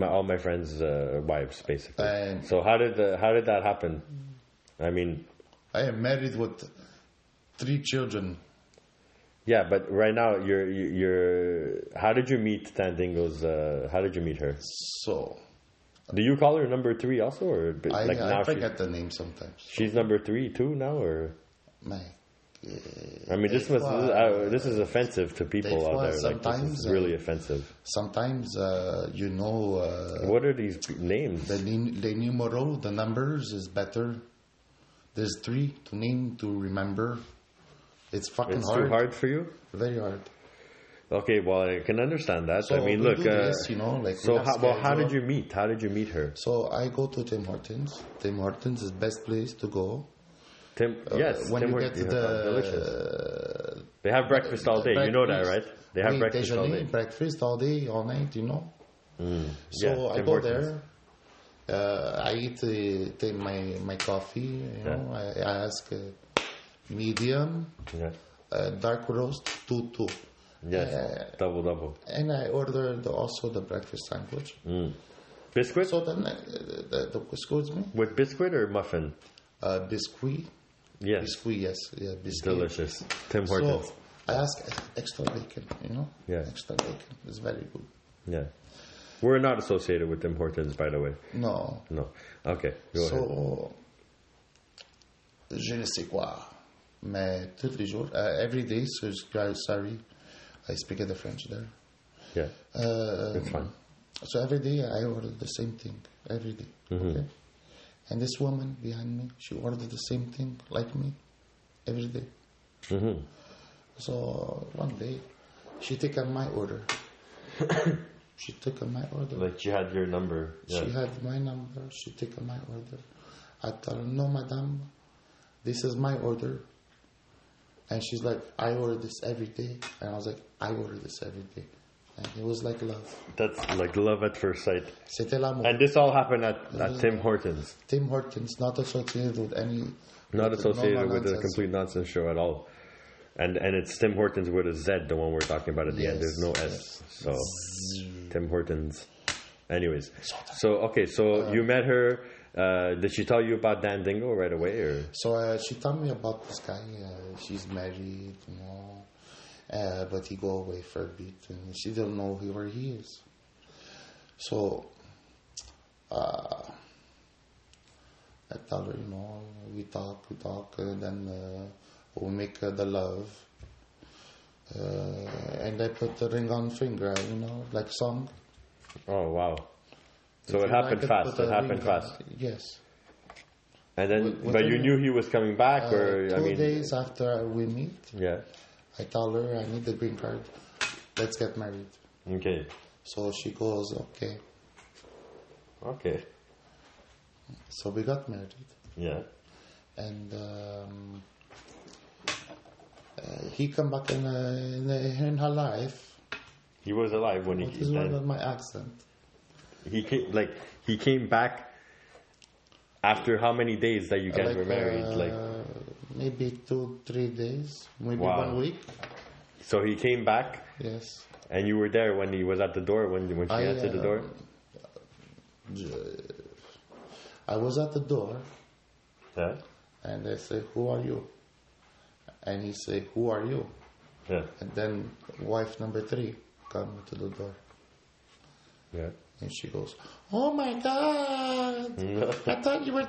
Speaker 1: my, all my friends' uh, wives, basically.
Speaker 2: And-
Speaker 1: so how did the, how did that happen? I mean,
Speaker 2: I am married with three children.
Speaker 1: yeah, but right now you're you- you're. How did you meet Tandingo's? Uh, how did you meet her?
Speaker 2: So
Speaker 1: Do you call her number three also, or b-
Speaker 2: I,
Speaker 1: like now
Speaker 2: I
Speaker 1: she,
Speaker 2: forget the name sometimes.
Speaker 1: she's number three too now, or?
Speaker 2: My
Speaker 1: I mean, this
Speaker 2: Des
Speaker 1: was
Speaker 2: fois-
Speaker 1: uh, this is offensive to people out
Speaker 2: fois,
Speaker 1: there. Like this
Speaker 2: sometimes,
Speaker 1: is
Speaker 2: uh,
Speaker 1: really offensive.
Speaker 2: sometimes uh, you know uh,
Speaker 1: What are these names?
Speaker 2: the nin- the numero, the numbers is better. There's three to name to remember. It's fucking
Speaker 1: It's
Speaker 2: hard.
Speaker 1: too hard for you.
Speaker 2: Very hard.
Speaker 1: Okay, well, I can understand that. I mean,
Speaker 2: we
Speaker 1: look.
Speaker 2: do
Speaker 1: Uh,
Speaker 2: this, you know, like we
Speaker 1: so,
Speaker 2: have
Speaker 1: how, well, how did
Speaker 2: schedule.
Speaker 1: you meet? How did you meet her?
Speaker 2: So I go to Tim Hortons. Tim Hortons is best place to go.
Speaker 1: Tim, yes,
Speaker 2: Uh, when
Speaker 1: Tim
Speaker 2: you
Speaker 1: Hortons,
Speaker 2: get to
Speaker 1: yeah, delicious.
Speaker 2: the
Speaker 1: They have breakfast all day. You know that, right? They have
Speaker 2: Oui,
Speaker 1: breakfast all
Speaker 2: déjeuner,
Speaker 1: day. Mm.
Speaker 2: breakfast all day, all night, you know. So
Speaker 1: yeah,
Speaker 2: I
Speaker 1: Tim
Speaker 2: go
Speaker 1: Hortons.
Speaker 2: there. Uh, I eat uh, take my my coffee. You know, I, I ask uh, medium
Speaker 1: Yeah.
Speaker 2: uh, dark roast two two,
Speaker 1: Yes. double double.
Speaker 2: and I order the, also the breakfast sandwich.
Speaker 1: Mm. Biscuit
Speaker 2: So then, uh, the, the, the excuse me,
Speaker 1: with biscuit or muffin?
Speaker 2: uh, biscuit,
Speaker 1: Yes.
Speaker 2: biscuit, yes, yeah, biscuit.
Speaker 1: Delicious. Tim
Speaker 2: So
Speaker 1: Hortons.
Speaker 2: I ask ex- extra bacon. You know,
Speaker 1: Yeah.
Speaker 2: extra bacon. It's very good.
Speaker 1: yeah. We're not associated with Tim Hortons, by the way.
Speaker 2: No,
Speaker 1: No. Okay. Go ahead.
Speaker 2: So, je ne sais quoi. Mais tous les jours, uh, every day, so it's- I'm sorry, I speak the French there.
Speaker 1: Yeah.
Speaker 2: Uh,
Speaker 1: It's fine.
Speaker 2: so every day I order the same thing, every day,
Speaker 1: Mm-hmm.
Speaker 2: Okay? And this woman behind me, she ordered the same thing like me, every day.
Speaker 1: Mm-hmm.
Speaker 2: So one day, she took on my order. she took on my order.
Speaker 1: Like you had your number. Yeah.
Speaker 2: She had my number. She taken my order. I tell her, no, madam, this is my order. And she's like, I order this every day. And I was like, I order this every day. And it was like love.
Speaker 1: That's like love at first sight.
Speaker 2: C'était l'amour.
Speaker 1: And this all happened at, at Tim Hortons.
Speaker 2: Tim Hortons, not associated with any...
Speaker 1: Not
Speaker 2: with
Speaker 1: associated
Speaker 2: normal
Speaker 1: with the
Speaker 2: nonsense.
Speaker 1: complete nonsense show at all. And and it's Tim Hortons with a Z, the one we're talking about at the end.
Speaker 2: Yes,
Speaker 1: There's no S. So Tim Hortons. Anyways. So okay, so you met her. Uh, did she tell you about Dan Dingo right away or
Speaker 2: So uh, she told me about this guy. Uh, she's married, you know, uh, but he go away for a bit, and she don't know who- where he is. So uh, I tell her, you know, we talk, we talk, and then uh, we make uh, the love. Uh, and I put the ring on finger, you know, like song.
Speaker 1: Oh wow. So it
Speaker 2: If you like
Speaker 1: happened
Speaker 2: it,
Speaker 1: fast.
Speaker 2: put
Speaker 1: It
Speaker 2: a
Speaker 1: happened
Speaker 2: ring on-
Speaker 1: fast.
Speaker 2: Yes.
Speaker 1: And then
Speaker 2: With-
Speaker 1: but you
Speaker 2: within,
Speaker 1: knew he was coming back
Speaker 2: Uh,
Speaker 1: or
Speaker 2: two
Speaker 1: I mean
Speaker 2: days after we meet,
Speaker 1: Yeah.
Speaker 2: I tell her I need the green card. Let's get married.
Speaker 1: Okay.
Speaker 2: So she goes, okay.
Speaker 1: Okay.
Speaker 2: So we got married,
Speaker 1: Yeah.
Speaker 2: and um, uh, he come back in, uh, in, uh, in her life.
Speaker 1: He was alive when he
Speaker 2: What is wrong
Speaker 1: then-
Speaker 2: with my accent?
Speaker 1: He came like he came back after how many days that you guys were married?
Speaker 2: uh,
Speaker 1: like
Speaker 2: maybe two, three days, maybe
Speaker 1: Wow.
Speaker 2: one week.
Speaker 1: so he came back
Speaker 2: Yes.
Speaker 1: and you were there when he was at the door when when she
Speaker 2: I,
Speaker 1: answered the
Speaker 2: uh,
Speaker 1: door.
Speaker 2: I was at the door,
Speaker 1: Yeah,
Speaker 2: and I say, "Who are you?" And he say, "Who are you?"
Speaker 1: yeah,
Speaker 2: And then wife number three come to the door.
Speaker 1: yeah.
Speaker 2: And she goes, Oh my God! I thought you were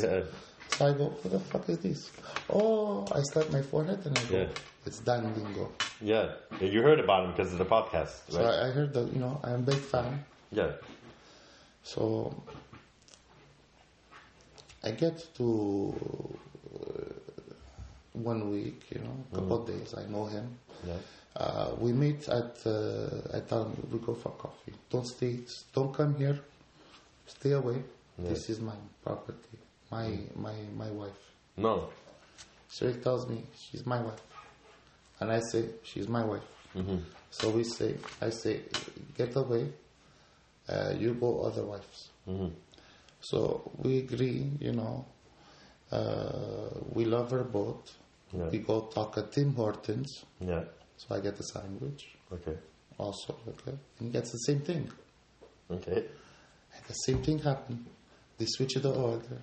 Speaker 1: yeah.
Speaker 2: So I go, What the fuck is this? Oh, I slap my forehead and I go,
Speaker 1: Yeah.
Speaker 2: It's Dan Dingo.
Speaker 1: Yeah, you heard about him because of the podcast,
Speaker 2: So
Speaker 1: right?
Speaker 2: I, I heard that, you know, I'm a big fan.
Speaker 1: Yeah,
Speaker 2: So I get to uh, one week, you know, a
Speaker 1: Mm.
Speaker 2: couple of days. I know him.
Speaker 1: yeah,
Speaker 2: Uh, we meet at uh, I tell him we go for coffee. Don't stay. Don't come here. Stay away. This is my property. My my my wife.
Speaker 1: no,
Speaker 2: So he tells me she's my wife, and I say she's my wife.
Speaker 1: Mm-hmm.
Speaker 2: So we say I say get away. Uh, you go other wives. So we agree. You know, uh, we love her both.
Speaker 1: Yeah.
Speaker 2: We go talk at Tim Hortons.
Speaker 1: yeah,
Speaker 2: So I get the sandwich
Speaker 1: okay,
Speaker 2: also, okay? And that's the same thing.
Speaker 1: okay.
Speaker 2: And the same thing happened. They switch the order.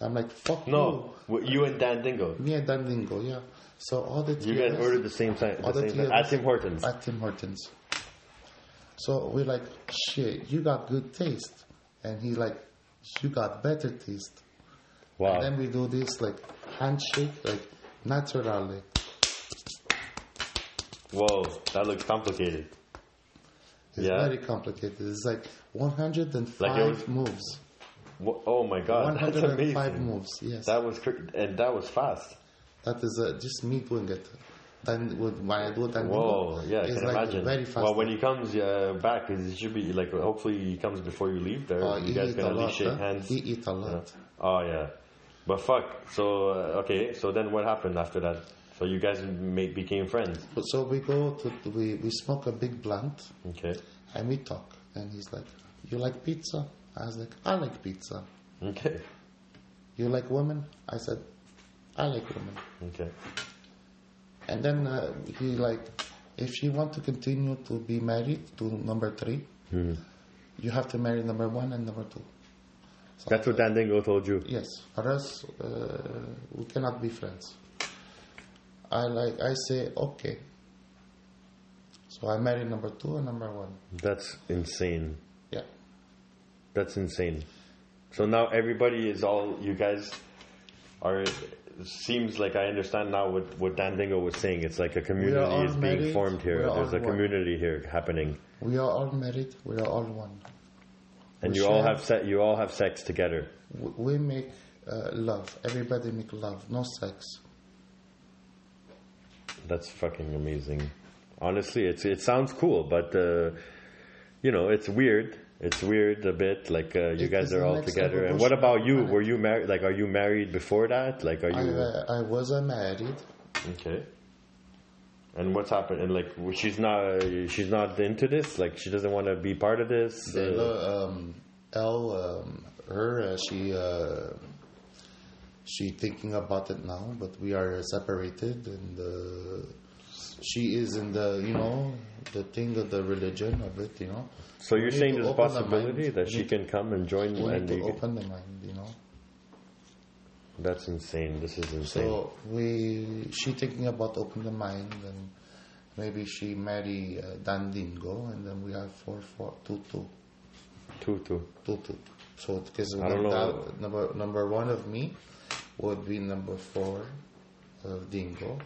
Speaker 2: I'm like, fuck
Speaker 1: No, w- you and Dan Dingo,
Speaker 2: you. Me and Dan Dingo, yeah. So all the
Speaker 1: you
Speaker 2: three
Speaker 1: guys
Speaker 2: of us
Speaker 1: ordered the same time, the
Speaker 2: Other
Speaker 1: same
Speaker 2: three
Speaker 1: time
Speaker 2: of
Speaker 1: at
Speaker 2: us-
Speaker 1: Tim Hortons.
Speaker 2: at Tim Hortons. So we're like, shit, you got good taste. And he's like, you got better taste. And
Speaker 1: Wow,
Speaker 2: then we do this like handshake, like naturally.
Speaker 1: whoa, that looks complicated.
Speaker 2: It's
Speaker 1: Yeah.
Speaker 2: very complicated. It's like 105 moves.
Speaker 1: Wha- Oh my God, that's
Speaker 2: 105
Speaker 1: amazing.
Speaker 2: moves, yes.
Speaker 1: That was cr- and that was fast.
Speaker 2: That is uh, just me doing it. Then with when I do Mm-hmm. it, then
Speaker 1: Whoa, yeah, I
Speaker 2: it's
Speaker 1: can
Speaker 2: like
Speaker 1: imagine.
Speaker 2: very fast.
Speaker 1: Well, when he comes uh, back, it should be like hopefully he comes before you leave there.
Speaker 2: Uh,
Speaker 1: you
Speaker 2: he
Speaker 1: guys
Speaker 2: eat
Speaker 1: can
Speaker 2: a
Speaker 1: at least
Speaker 2: lot,
Speaker 1: shake
Speaker 2: huh?
Speaker 1: hands.
Speaker 2: He eat a
Speaker 1: you know?
Speaker 2: lot.
Speaker 1: Oh yeah, but fuck. So uh, okay, so then what happened after that? So you guys made, became friends.
Speaker 2: But so we go to we we smoke a big blunt
Speaker 1: Okay.
Speaker 2: and we talk. And he's like, "You like pizza?" I was like, "I like pizza."
Speaker 1: Okay.
Speaker 2: You like women? I said, "I like women."
Speaker 1: Okay.
Speaker 2: And then uh, he like, if you want to continue to be married to number 3
Speaker 1: Hmm.
Speaker 2: you have to marry number one and number two.
Speaker 1: That's what Dan Dingo told you.
Speaker 2: Yes, or else uh, we cannot be friends. I like I say okay. So I marry number two and number one.
Speaker 1: That's insane.
Speaker 2: Yeah,
Speaker 1: That's insane. So now everybody is all you guys are. Seems like I understand now what what Dan Dingo was saying. It's like a
Speaker 2: all
Speaker 1: community is being
Speaker 2: married,
Speaker 1: formed here.
Speaker 2: we are
Speaker 1: There's a
Speaker 2: all one.
Speaker 1: community here happening,
Speaker 2: we are all married. We are all one.
Speaker 1: and
Speaker 2: We
Speaker 1: you all
Speaker 2: share.
Speaker 1: have se- you all have sex together.
Speaker 2: W- We make uh, love. Everybody make love, no sex.
Speaker 1: That's fucking amazing. Honestly, it's it sounds cool, but uh, you know, it's weird. It's weird a bit. Like uh, you
Speaker 2: It
Speaker 1: guys
Speaker 2: is
Speaker 1: are
Speaker 2: the
Speaker 1: all
Speaker 2: next
Speaker 1: together. And
Speaker 2: evolution
Speaker 1: what about
Speaker 2: of
Speaker 1: you?
Speaker 2: planet.
Speaker 1: Were you married? Like, are you married before that? Like, are
Speaker 2: I
Speaker 1: you
Speaker 2: uh, I was uh, married.
Speaker 1: okay? And what's happened? And like, she's not she's not into this. Like, she doesn't want to be part of this.
Speaker 2: They
Speaker 1: Uh,
Speaker 2: lo- um, Elle, um, her, uh, she, uh, she thinking about it now, but we are separated, and uh, she is in the, you know, the thing of the religion of it, you know.
Speaker 1: so you're
Speaker 2: need
Speaker 1: saying
Speaker 2: to
Speaker 1: there's a
Speaker 2: open the
Speaker 1: possibility
Speaker 2: mind.
Speaker 1: that
Speaker 2: We
Speaker 1: she
Speaker 2: need
Speaker 1: can come and join,
Speaker 2: We
Speaker 1: and
Speaker 2: need to
Speaker 1: you-
Speaker 2: open the mind, you know.
Speaker 1: that's insane. This is insane.
Speaker 2: So we, she thinking about open the mind, and maybe she marry uh, Dandingo, and then we have four, four, two, two.
Speaker 1: two two.
Speaker 2: Tutu. So because
Speaker 1: I don't know.
Speaker 2: that, number number one of me would be number four of Dingo.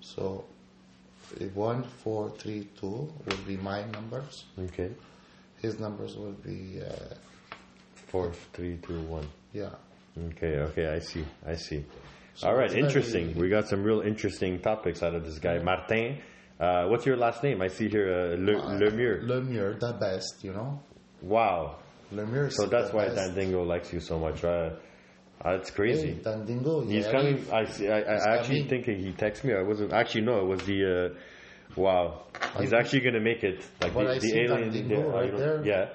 Speaker 2: So eh, one, four, three, two would be my numbers.
Speaker 1: Okay,
Speaker 2: His numbers would be uh,
Speaker 1: four three two one.
Speaker 2: yeah.
Speaker 1: Okay, okay, I see, I see.
Speaker 2: So
Speaker 1: All right,
Speaker 2: it's very-
Speaker 1: interesting. We got some real interesting topics out of this guy, Martin. Uh, what's your last name? I see here uh, Le, Lemure.
Speaker 2: Lemur, the best, you know.
Speaker 1: Wow.
Speaker 2: Lemur.
Speaker 1: So that's why Dandingo likes you so much. Uh, uh, it's crazy.
Speaker 2: Dandingo.
Speaker 1: He's
Speaker 2: yeah.
Speaker 1: coming. I see. I, I
Speaker 2: He's
Speaker 1: actually
Speaker 2: coming.
Speaker 1: thinking he texted me. I wasn't actually. No, it was the. Uh, wow. He's
Speaker 2: I-
Speaker 1: actually gonna make it. Like
Speaker 2: But
Speaker 1: the,
Speaker 2: I
Speaker 1: the
Speaker 2: see
Speaker 1: alien.
Speaker 2: Dandingo
Speaker 1: yeah, I
Speaker 2: right
Speaker 1: don't-
Speaker 2: there.
Speaker 1: Yeah.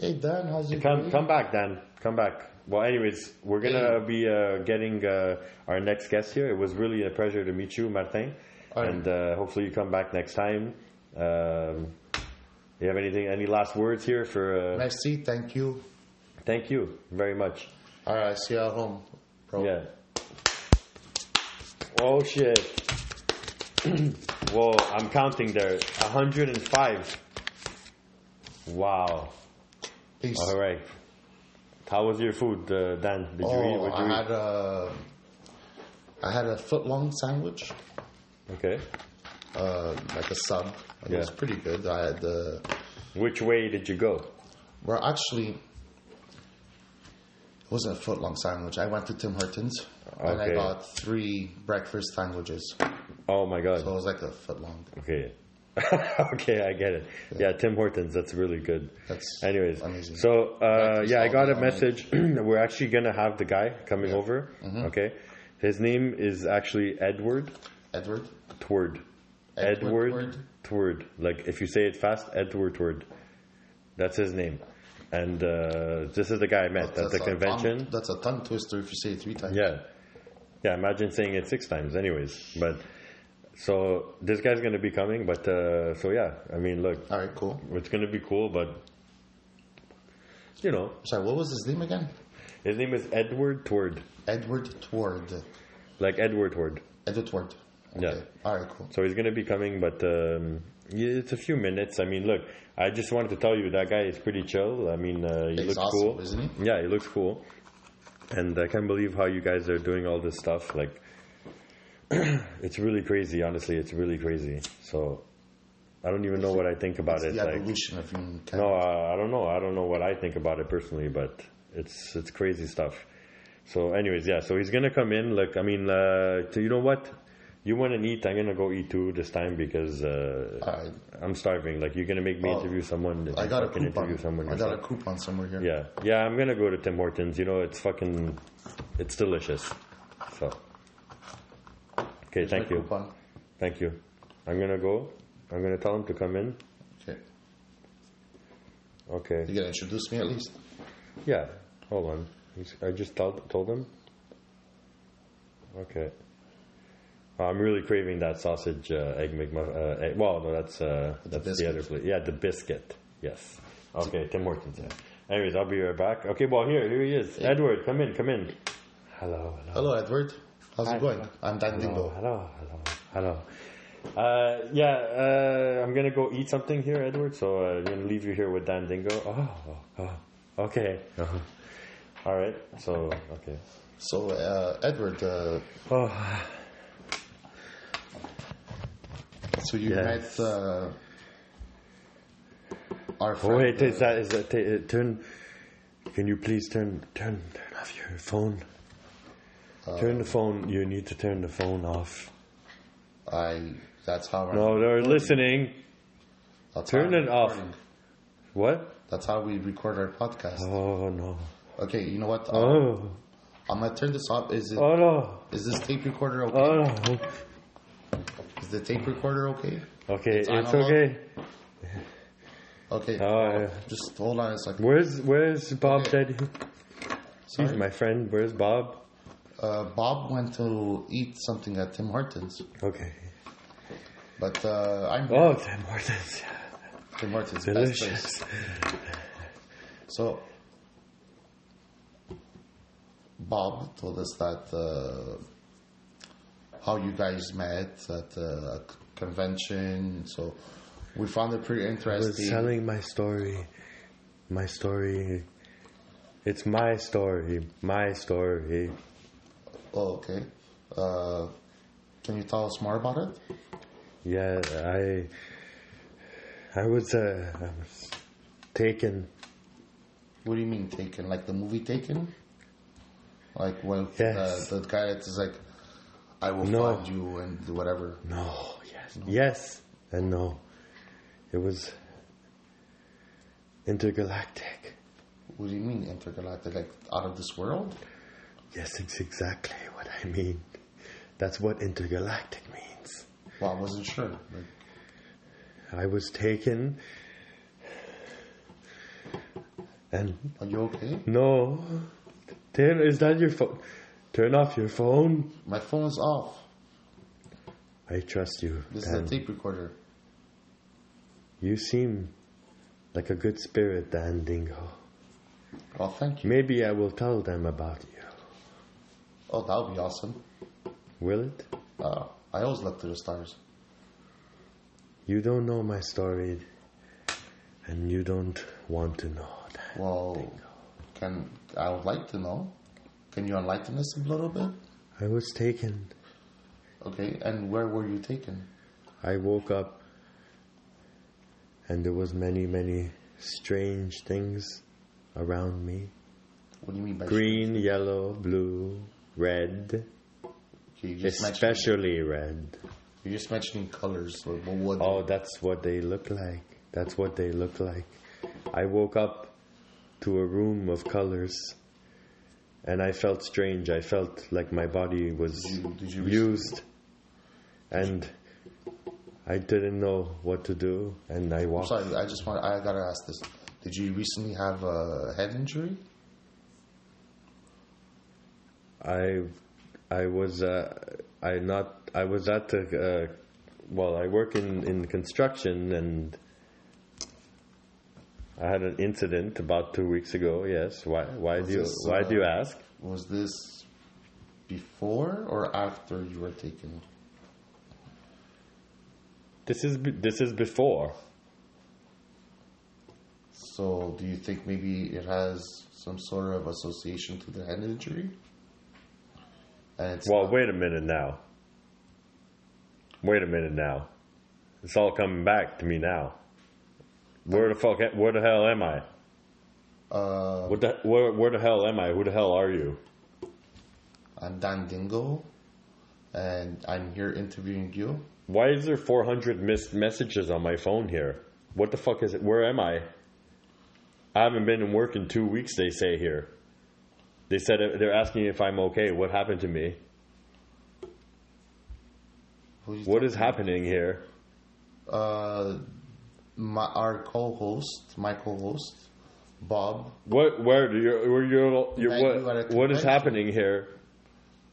Speaker 2: Hey Dan, how's you
Speaker 1: Come,
Speaker 2: doing?
Speaker 1: come back, Dan. Come back. Well, anyways, we're gonna be uh, getting uh, our next guest here. It was really a pleasure to meet you, Martin,
Speaker 2: All right.
Speaker 1: and uh, hopefully you come back next time. Um, you have anything? Any last words here for? Uh,
Speaker 2: Merci, thank you.
Speaker 1: thank you very much.
Speaker 2: All right, see you at home, bro.
Speaker 1: Yeah. Oh shit. Whoa! I'm counting there. 105. Wow.
Speaker 2: Peace.
Speaker 1: All right. How was your food, uh, Dan? Did you eat?
Speaker 2: Oh,
Speaker 1: What you
Speaker 2: I
Speaker 1: eat?
Speaker 2: had a, I had a foot long sandwich,
Speaker 1: Okay.
Speaker 2: uh, like a sub. And It was
Speaker 1: Yeah.
Speaker 2: pretty good. I had the.
Speaker 1: Which way did you go?
Speaker 2: Well, actually, it wasn't a foot long sandwich. I went to Tim Hortons and I
Speaker 1: Okay.
Speaker 2: got three breakfast sandwiches.
Speaker 1: Oh my god.
Speaker 2: So it was like a foot long.
Speaker 1: okay. okay, I get it. Yeah, Tim Hortons, that's really good.
Speaker 2: That's
Speaker 1: Anyways,
Speaker 2: amazing.
Speaker 1: so uh,
Speaker 2: Breakfast
Speaker 1: yeah, I got a
Speaker 2: all day.
Speaker 1: message. We're actually gonna have the guy coming
Speaker 2: Yeah. Mm-hmm.
Speaker 1: over. Okay, his name is actually Edward
Speaker 2: Edward,
Speaker 1: Tward.
Speaker 2: Edward
Speaker 1: Edward Tward. Like if you say it fast, Edward Tward. That's his name. And uh, this is the guy I met at the
Speaker 2: a tongue-
Speaker 1: convention.
Speaker 2: that's a tongue twister if you say it three times.
Speaker 1: Yeah. Yeah, imagine saying it six times, anyways. But so this guy's going to be coming, but uh, so yeah, I mean, look,
Speaker 2: All right, cool.
Speaker 1: it's going to be cool, but you know,
Speaker 2: Sorry, what was his name again?
Speaker 1: his name is Edward Tward,
Speaker 2: Edward Tward.
Speaker 1: like Edward Tward.
Speaker 2: Edward Tward. Okay.
Speaker 1: Yeah.
Speaker 2: All right, cool.
Speaker 1: So he's going to be coming, but um, yeah, it's a few minutes. I mean, look, I just wanted to tell you that guy is pretty chill. I mean, uh, he
Speaker 2: He's
Speaker 1: looks
Speaker 2: awesome,
Speaker 1: cool.
Speaker 2: isn't he?
Speaker 1: Yeah, he looks cool. And I can't believe how you guys are doing all this stuff. Like, it's really crazy, honestly. It's really crazy. So, I don't even know what I think about it.
Speaker 2: The
Speaker 1: Like,
Speaker 2: evolution of humankind.
Speaker 1: no, I, I don't know. I don't know what I think about it personally, but it's it's crazy stuff. So, anyways, yeah. So he's gonna come in. Like, I mean, uh, so you know what? You want to eat? I'm gonna go eat too this time because uh,
Speaker 2: All right.
Speaker 1: I'm starving. Like, you're gonna make me
Speaker 2: Oh,
Speaker 1: interview someone.
Speaker 2: I got a
Speaker 1: Fucking
Speaker 2: coupon.
Speaker 1: interview someone
Speaker 2: I got a
Speaker 1: yourself.
Speaker 2: coupon somewhere here.
Speaker 1: Yeah, yeah, I'm gonna go to Tim Hortons. You know, it's fucking, it's delicious. So, Okay,
Speaker 2: Here's my
Speaker 1: thank you.
Speaker 2: coupon.
Speaker 1: Thank you. I'm gonna go. I'm gonna tell him to come in.
Speaker 2: Okay.
Speaker 1: Okay.
Speaker 2: You gotta introduce me at least.
Speaker 1: Yeah. Hold on. He's- I just told told him. Okay. I'm really craving that sausage uh, egg McMuffin. Uh, egg, well, no, that's uh,
Speaker 2: The
Speaker 1: that's the other place. Yeah, the biscuit. Yes. Okay, Tim Hortons. Yeah. Anyways, I'll be right back. Okay, well, here, here he is. Edward, come in, come in. Hello, hello.
Speaker 2: Hello, Edward. How's
Speaker 1: Hi.
Speaker 2: it going? I'm Dan
Speaker 1: Hello,
Speaker 2: Dingo.
Speaker 1: hello, hello, hello. Uh, yeah, uh, I'm gonna go eat something here, Edward. So uh, I'm gonna leave you here with Dan Dingo. Oh, oh okay. All right. So okay.
Speaker 2: So, uh, Edward, uh,
Speaker 1: Oh,
Speaker 2: so you
Speaker 1: Yes.
Speaker 2: met uh, our friend.
Speaker 1: Oh, wait.
Speaker 2: uh,
Speaker 1: Is that is that t- turn? Can you please turn turn turn off your phone? turn the phone. You need to turn the phone off.
Speaker 2: uh, I. That's how.
Speaker 1: No, they're listening.
Speaker 2: that's
Speaker 1: Turn
Speaker 2: how
Speaker 1: it off.
Speaker 2: recording-
Speaker 1: What?
Speaker 2: That's how we record our podcast.
Speaker 1: Oh no.
Speaker 2: Okay, you know what?
Speaker 1: Oh.
Speaker 2: I'm gonna turn this off. Is it?
Speaker 1: Oh no.
Speaker 2: Is this tape recorder okay?
Speaker 1: Oh no. Oh.
Speaker 2: Is the tape recorder okay?
Speaker 1: Okay,
Speaker 2: on
Speaker 1: it's
Speaker 2: a low.
Speaker 1: okay.
Speaker 2: Okay.
Speaker 1: Oh, yeah.
Speaker 2: Just hold on a second.
Speaker 1: Where's where's Bob
Speaker 2: Okay.
Speaker 1: Daddy? He's
Speaker 2: Sorry.
Speaker 1: my friend. Where's Bob?
Speaker 2: Uh, Bob went to eat something at Tim Hortons,
Speaker 1: Okay.
Speaker 2: but uh, I'm
Speaker 1: Oh, Tim Hortons. yeah,
Speaker 2: Tim Hortons. Best place.
Speaker 1: Delicious.
Speaker 2: So Bob told us that uh, how you guys met at the convention. So we found it pretty
Speaker 1: I was
Speaker 2: interesting.
Speaker 1: telling my story. My story. It's my story. My story.
Speaker 2: oh, okay. Uh, can you tell us more about it?
Speaker 1: Yeah, I. I was uh, I was taken.
Speaker 2: What do you mean Taken? Like the movie Taken? Like well,
Speaker 1: Yes.
Speaker 2: the, the guy that's like, I will
Speaker 1: No.
Speaker 2: find you and whatever.
Speaker 1: No. Yes. Yes. And no. It was. Intergalactic.
Speaker 2: What do you mean intergalactic? Like out of this world?
Speaker 1: Yes, it's exactly what I mean. That's what intergalactic means.
Speaker 2: Well, I wasn't sure. Like,
Speaker 1: I was taken. And
Speaker 2: are you okay?
Speaker 1: no, Tim, is that your phone? Turn off your phone.
Speaker 2: My phone's off.
Speaker 1: I trust you.
Speaker 2: This
Speaker 1: Dan.
Speaker 2: is a tape recorder.
Speaker 1: You seem like a good spirit, Dan Dingo.
Speaker 2: Well, thank you.
Speaker 1: Maybe I will tell them about you.
Speaker 2: Oh, that would be awesome.
Speaker 1: Will it?
Speaker 2: Uh, I always look to the stars.
Speaker 1: You don't know my story, and you don't want to know that.
Speaker 2: Well, can I would like to know? Can you enlighten us a little bit?
Speaker 1: I was taken.
Speaker 2: Okay, and where were you taken?
Speaker 1: I woke up and there was many, many strange things around me.
Speaker 2: What do you mean by
Speaker 1: Green, yellow, blue, red,
Speaker 2: Okay, you just mentioned
Speaker 1: especially red.
Speaker 2: you're just mentioning colors. Or, but what?
Speaker 1: Oh, that's what they look like. That's what they look like. I woke up to a room of colors and I felt strange. I felt like my body was
Speaker 2: Did you- did you rec-
Speaker 1: used and I didn't know what to do and I walked.
Speaker 2: Sorry, I just want. I gotta ask this. Did you recently have a head injury?
Speaker 1: I I was uh, I not I was at the uh, well I work in in construction and I had an incident about two weeks ago. Yes, why why do you
Speaker 2: this,
Speaker 1: why
Speaker 2: uh,
Speaker 1: do you ask?
Speaker 2: Was this before or after you were taken?
Speaker 1: This is be- this is before.
Speaker 2: So, do you think maybe it has some sort of association to the head injury? And it's
Speaker 1: Well, wait a minute now. Wait a minute now. It's all coming back to me now. Where the fuck? Where the hell am I?
Speaker 2: uh,
Speaker 1: What the, where, where the hell am I? Who the hell are you?
Speaker 2: I'm Dan Dingo, and I'm here interviewing you.
Speaker 1: Why is there 400 missed messages on my phone here? What the fuck is it? Where am I? I haven't been in work in two weeks, they say here. uh, They said they're asking if I'm okay. What happened to me?
Speaker 2: Who you
Speaker 1: What is happening here?
Speaker 2: Uh, my our co-host, my co-host, Bob.
Speaker 1: What? Where do you? Where you? you
Speaker 2: Thank you,
Speaker 1: what?
Speaker 2: Alex.
Speaker 1: What is
Speaker 2: Thank you.
Speaker 1: happening here?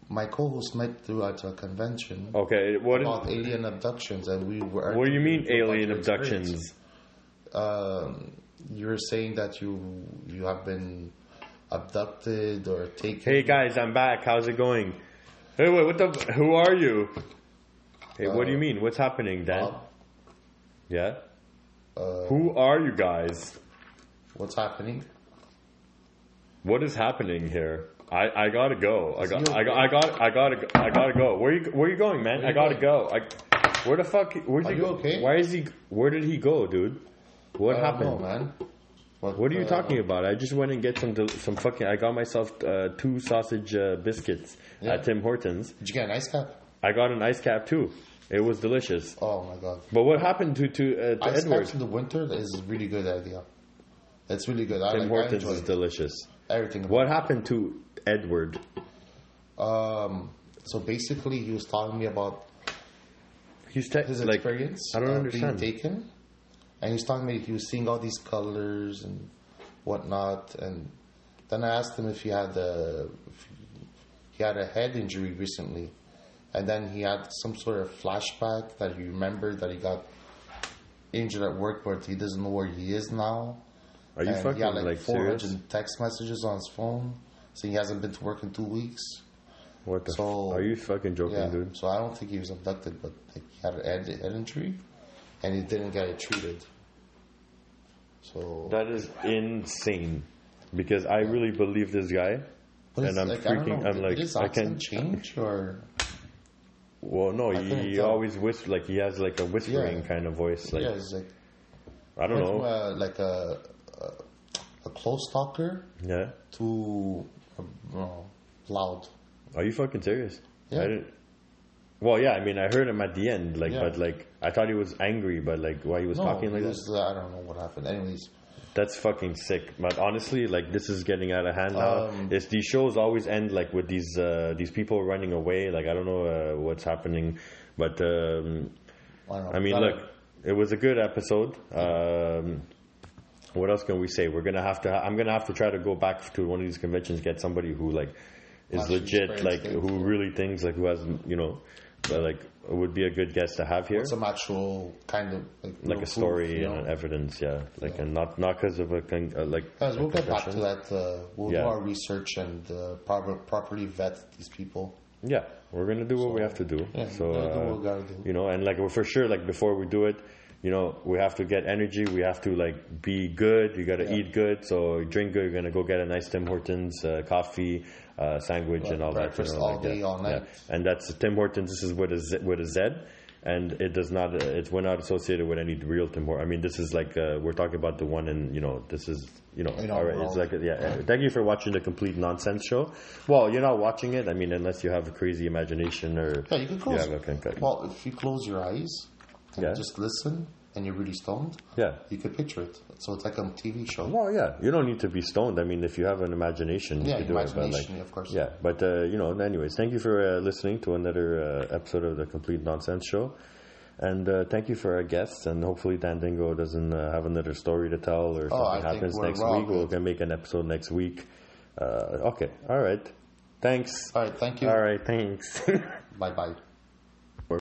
Speaker 2: My co-host met through at a convention
Speaker 1: Okay. What is?
Speaker 2: about alien abductions, and we were.
Speaker 1: What do you mean
Speaker 2: arguing
Speaker 1: alien
Speaker 2: about your experience.
Speaker 1: abductions?
Speaker 2: Um, you were saying that you you have been abducted or taken.
Speaker 1: Hey guys, I'm back. How's it going? Hey, wait, what the? Who are you? Hey, what do
Speaker 2: Uh,
Speaker 1: you mean? What's happening, Dan?
Speaker 2: Bob,
Speaker 1: Yeah.
Speaker 2: uh,
Speaker 1: who are you guys?
Speaker 2: what's happening?
Speaker 1: What is happening here? I, I gotta go. I got
Speaker 2: you
Speaker 1: I got I got I gotta go- I gotta go. Where you where you going, man?
Speaker 2: you
Speaker 1: I gotta go. I where the fuck? Where
Speaker 2: Are
Speaker 1: did
Speaker 2: you okay?
Speaker 1: Why is he? Where did he go, dude? What
Speaker 2: I don't
Speaker 1: happened?
Speaker 2: know, man. But,
Speaker 1: What are you
Speaker 2: uh,
Speaker 1: talking about? I just went and get some del- some fucking. I got myself uh, two sausage uh, biscuits
Speaker 2: Yeah.
Speaker 1: at Tim Hortons.
Speaker 2: Did you get an ice cap?
Speaker 1: I got an ice cap too. It was delicious.
Speaker 2: Oh my god.
Speaker 1: But what happened to to, uh, to
Speaker 2: Ice
Speaker 1: Edward?
Speaker 2: caps in the winter that is a really good idea. That's really good. I,
Speaker 1: Tim
Speaker 2: like, I
Speaker 1: Hortons is
Speaker 2: enjoy
Speaker 1: delicious.
Speaker 2: everything. about
Speaker 1: What happened to Edward?
Speaker 2: Um, so basically, he was telling me about
Speaker 1: He's te-
Speaker 2: his
Speaker 1: like,
Speaker 2: experience.
Speaker 1: I don't
Speaker 2: of
Speaker 1: understand.
Speaker 2: Being taken, and he's telling me he was seeing all these colors and whatnot. And then I asked him if he had a if he had a head injury recently, and then he had some sort of flashback that he remembered that he got injured at work, but he doesn't know where he is now.
Speaker 1: Are you
Speaker 2: and
Speaker 1: fucking
Speaker 2: he had like,
Speaker 1: like
Speaker 2: 400
Speaker 1: serious?
Speaker 2: text messages on his phone saying he hasn't been to work in two weeks.
Speaker 1: What the? f-
Speaker 2: So-
Speaker 1: are you fucking joking,
Speaker 2: Yeah.
Speaker 1: dude?
Speaker 2: So I don't think he was abducted, but like, he had an head, head injury, and he didn't get it treated. So
Speaker 1: That is insane. Because I really believe this guy.
Speaker 2: but it's,
Speaker 1: and I'm
Speaker 2: like, I don't
Speaker 1: freaking-
Speaker 2: know,
Speaker 1: I'm
Speaker 2: did-
Speaker 1: like,
Speaker 2: did his
Speaker 1: I
Speaker 2: accent
Speaker 1: can't-
Speaker 2: change or
Speaker 1: Well, no,
Speaker 2: couldn't
Speaker 1: he
Speaker 2: tell.
Speaker 1: always whispers. Like he has like a whispering
Speaker 2: Yeah.
Speaker 1: kind of voice. Like
Speaker 2: yeah, it's like
Speaker 1: I don't
Speaker 2: went from
Speaker 1: know.
Speaker 2: a, like a, a a close talker
Speaker 1: Yeah.
Speaker 2: to uh, you know, loud.
Speaker 1: Are you fucking serious?
Speaker 2: Yeah.
Speaker 1: I didn't. Well, yeah. I mean, I heard him at the end. Like,
Speaker 2: Yeah.
Speaker 1: but like, I thought he was angry. But like, why he was
Speaker 2: No,
Speaker 1: talking like
Speaker 2: it
Speaker 1: that?
Speaker 2: was, uh, I don't know what happened. Anyways,
Speaker 1: That's fucking sick. But honestly, like this is getting out of hand now.
Speaker 2: Um,
Speaker 1: it's these shows always end like with these uh, these people running away. Like I don't know uh, what's happening, but um,
Speaker 2: I don't know.
Speaker 1: I mean,
Speaker 2: But
Speaker 1: look, it was a good episode. Um, what else can we say? We're gonna have to. Ha- I'm gonna have to try to go back to one of these conventions, get somebody who like is
Speaker 2: Actually
Speaker 1: legit, like
Speaker 2: experienced it.
Speaker 1: who really thinks, like who has, you know, but, like would be a good guest to have here
Speaker 2: some actual kind of like,
Speaker 1: like a
Speaker 2: proof,
Speaker 1: story
Speaker 2: you
Speaker 1: and
Speaker 2: know?
Speaker 1: an evidence, yeah. Like, and not not because of a con- uh, like.
Speaker 2: Guys,
Speaker 1: a
Speaker 2: we'll get back to
Speaker 1: confession.
Speaker 2: that. Uh, we'll
Speaker 1: Yeah.
Speaker 2: do our research and uh, proper, properly vet these people.
Speaker 1: Yeah, we're gonna do what we have to do.
Speaker 2: yeah,
Speaker 1: so
Speaker 2: we're gonna do
Speaker 1: uh,
Speaker 2: what we gotta do.
Speaker 1: you know, and like for sure, like before we do it, you know, we have to get energy. We have to like be good. You gotta eat good. So drink good. You're gonna go get a nice Tim Hortons uh, coffee. Uh, sandwich and all
Speaker 2: breakfast
Speaker 1: that, you know,
Speaker 2: all
Speaker 1: like
Speaker 2: day,
Speaker 1: that.
Speaker 2: all night.
Speaker 1: Yeah. And that's Tim Hortons. This is with a Z, with a Z, and it does not. uh, It we're not associated with any real Tim Hortons. I mean, this is like uh, we're talking about the one, and you know, this is you know,
Speaker 2: In our
Speaker 1: all right, it's
Speaker 2: world.
Speaker 1: like yeah, yeah. Thank you for watching the complete nonsense show. Well, you're not watching it. I mean, unless you have a crazy imagination or
Speaker 2: Yeah, you can close.
Speaker 1: have a concoction.
Speaker 2: well, if you close your eyes and
Speaker 1: Yeah.
Speaker 2: just listen, and you're really stoned,
Speaker 1: Yeah.
Speaker 2: you could picture it. So it's like a TV show.
Speaker 1: Well, yeah, you don't need to be stoned. I mean, if you have an imagination, you
Speaker 2: Yeah,
Speaker 1: can do it. But like,
Speaker 2: imagination, of course.
Speaker 1: yeah, but uh, you know. Anyways, thank you for uh, listening to another uh, episode of the Complete Nonsense Show, and uh, thank you for our guests. And hopefully, Dan Dingo doesn't uh, have another story to tell or something
Speaker 2: Oh, I think
Speaker 1: happens
Speaker 2: we're
Speaker 1: next
Speaker 2: well
Speaker 1: week. We're
Speaker 2: good.
Speaker 1: gonna make an episode next week. Uh, okay, all right. Thanks.
Speaker 2: All right. Thank you.
Speaker 1: All right, thanks.
Speaker 2: Bye bye.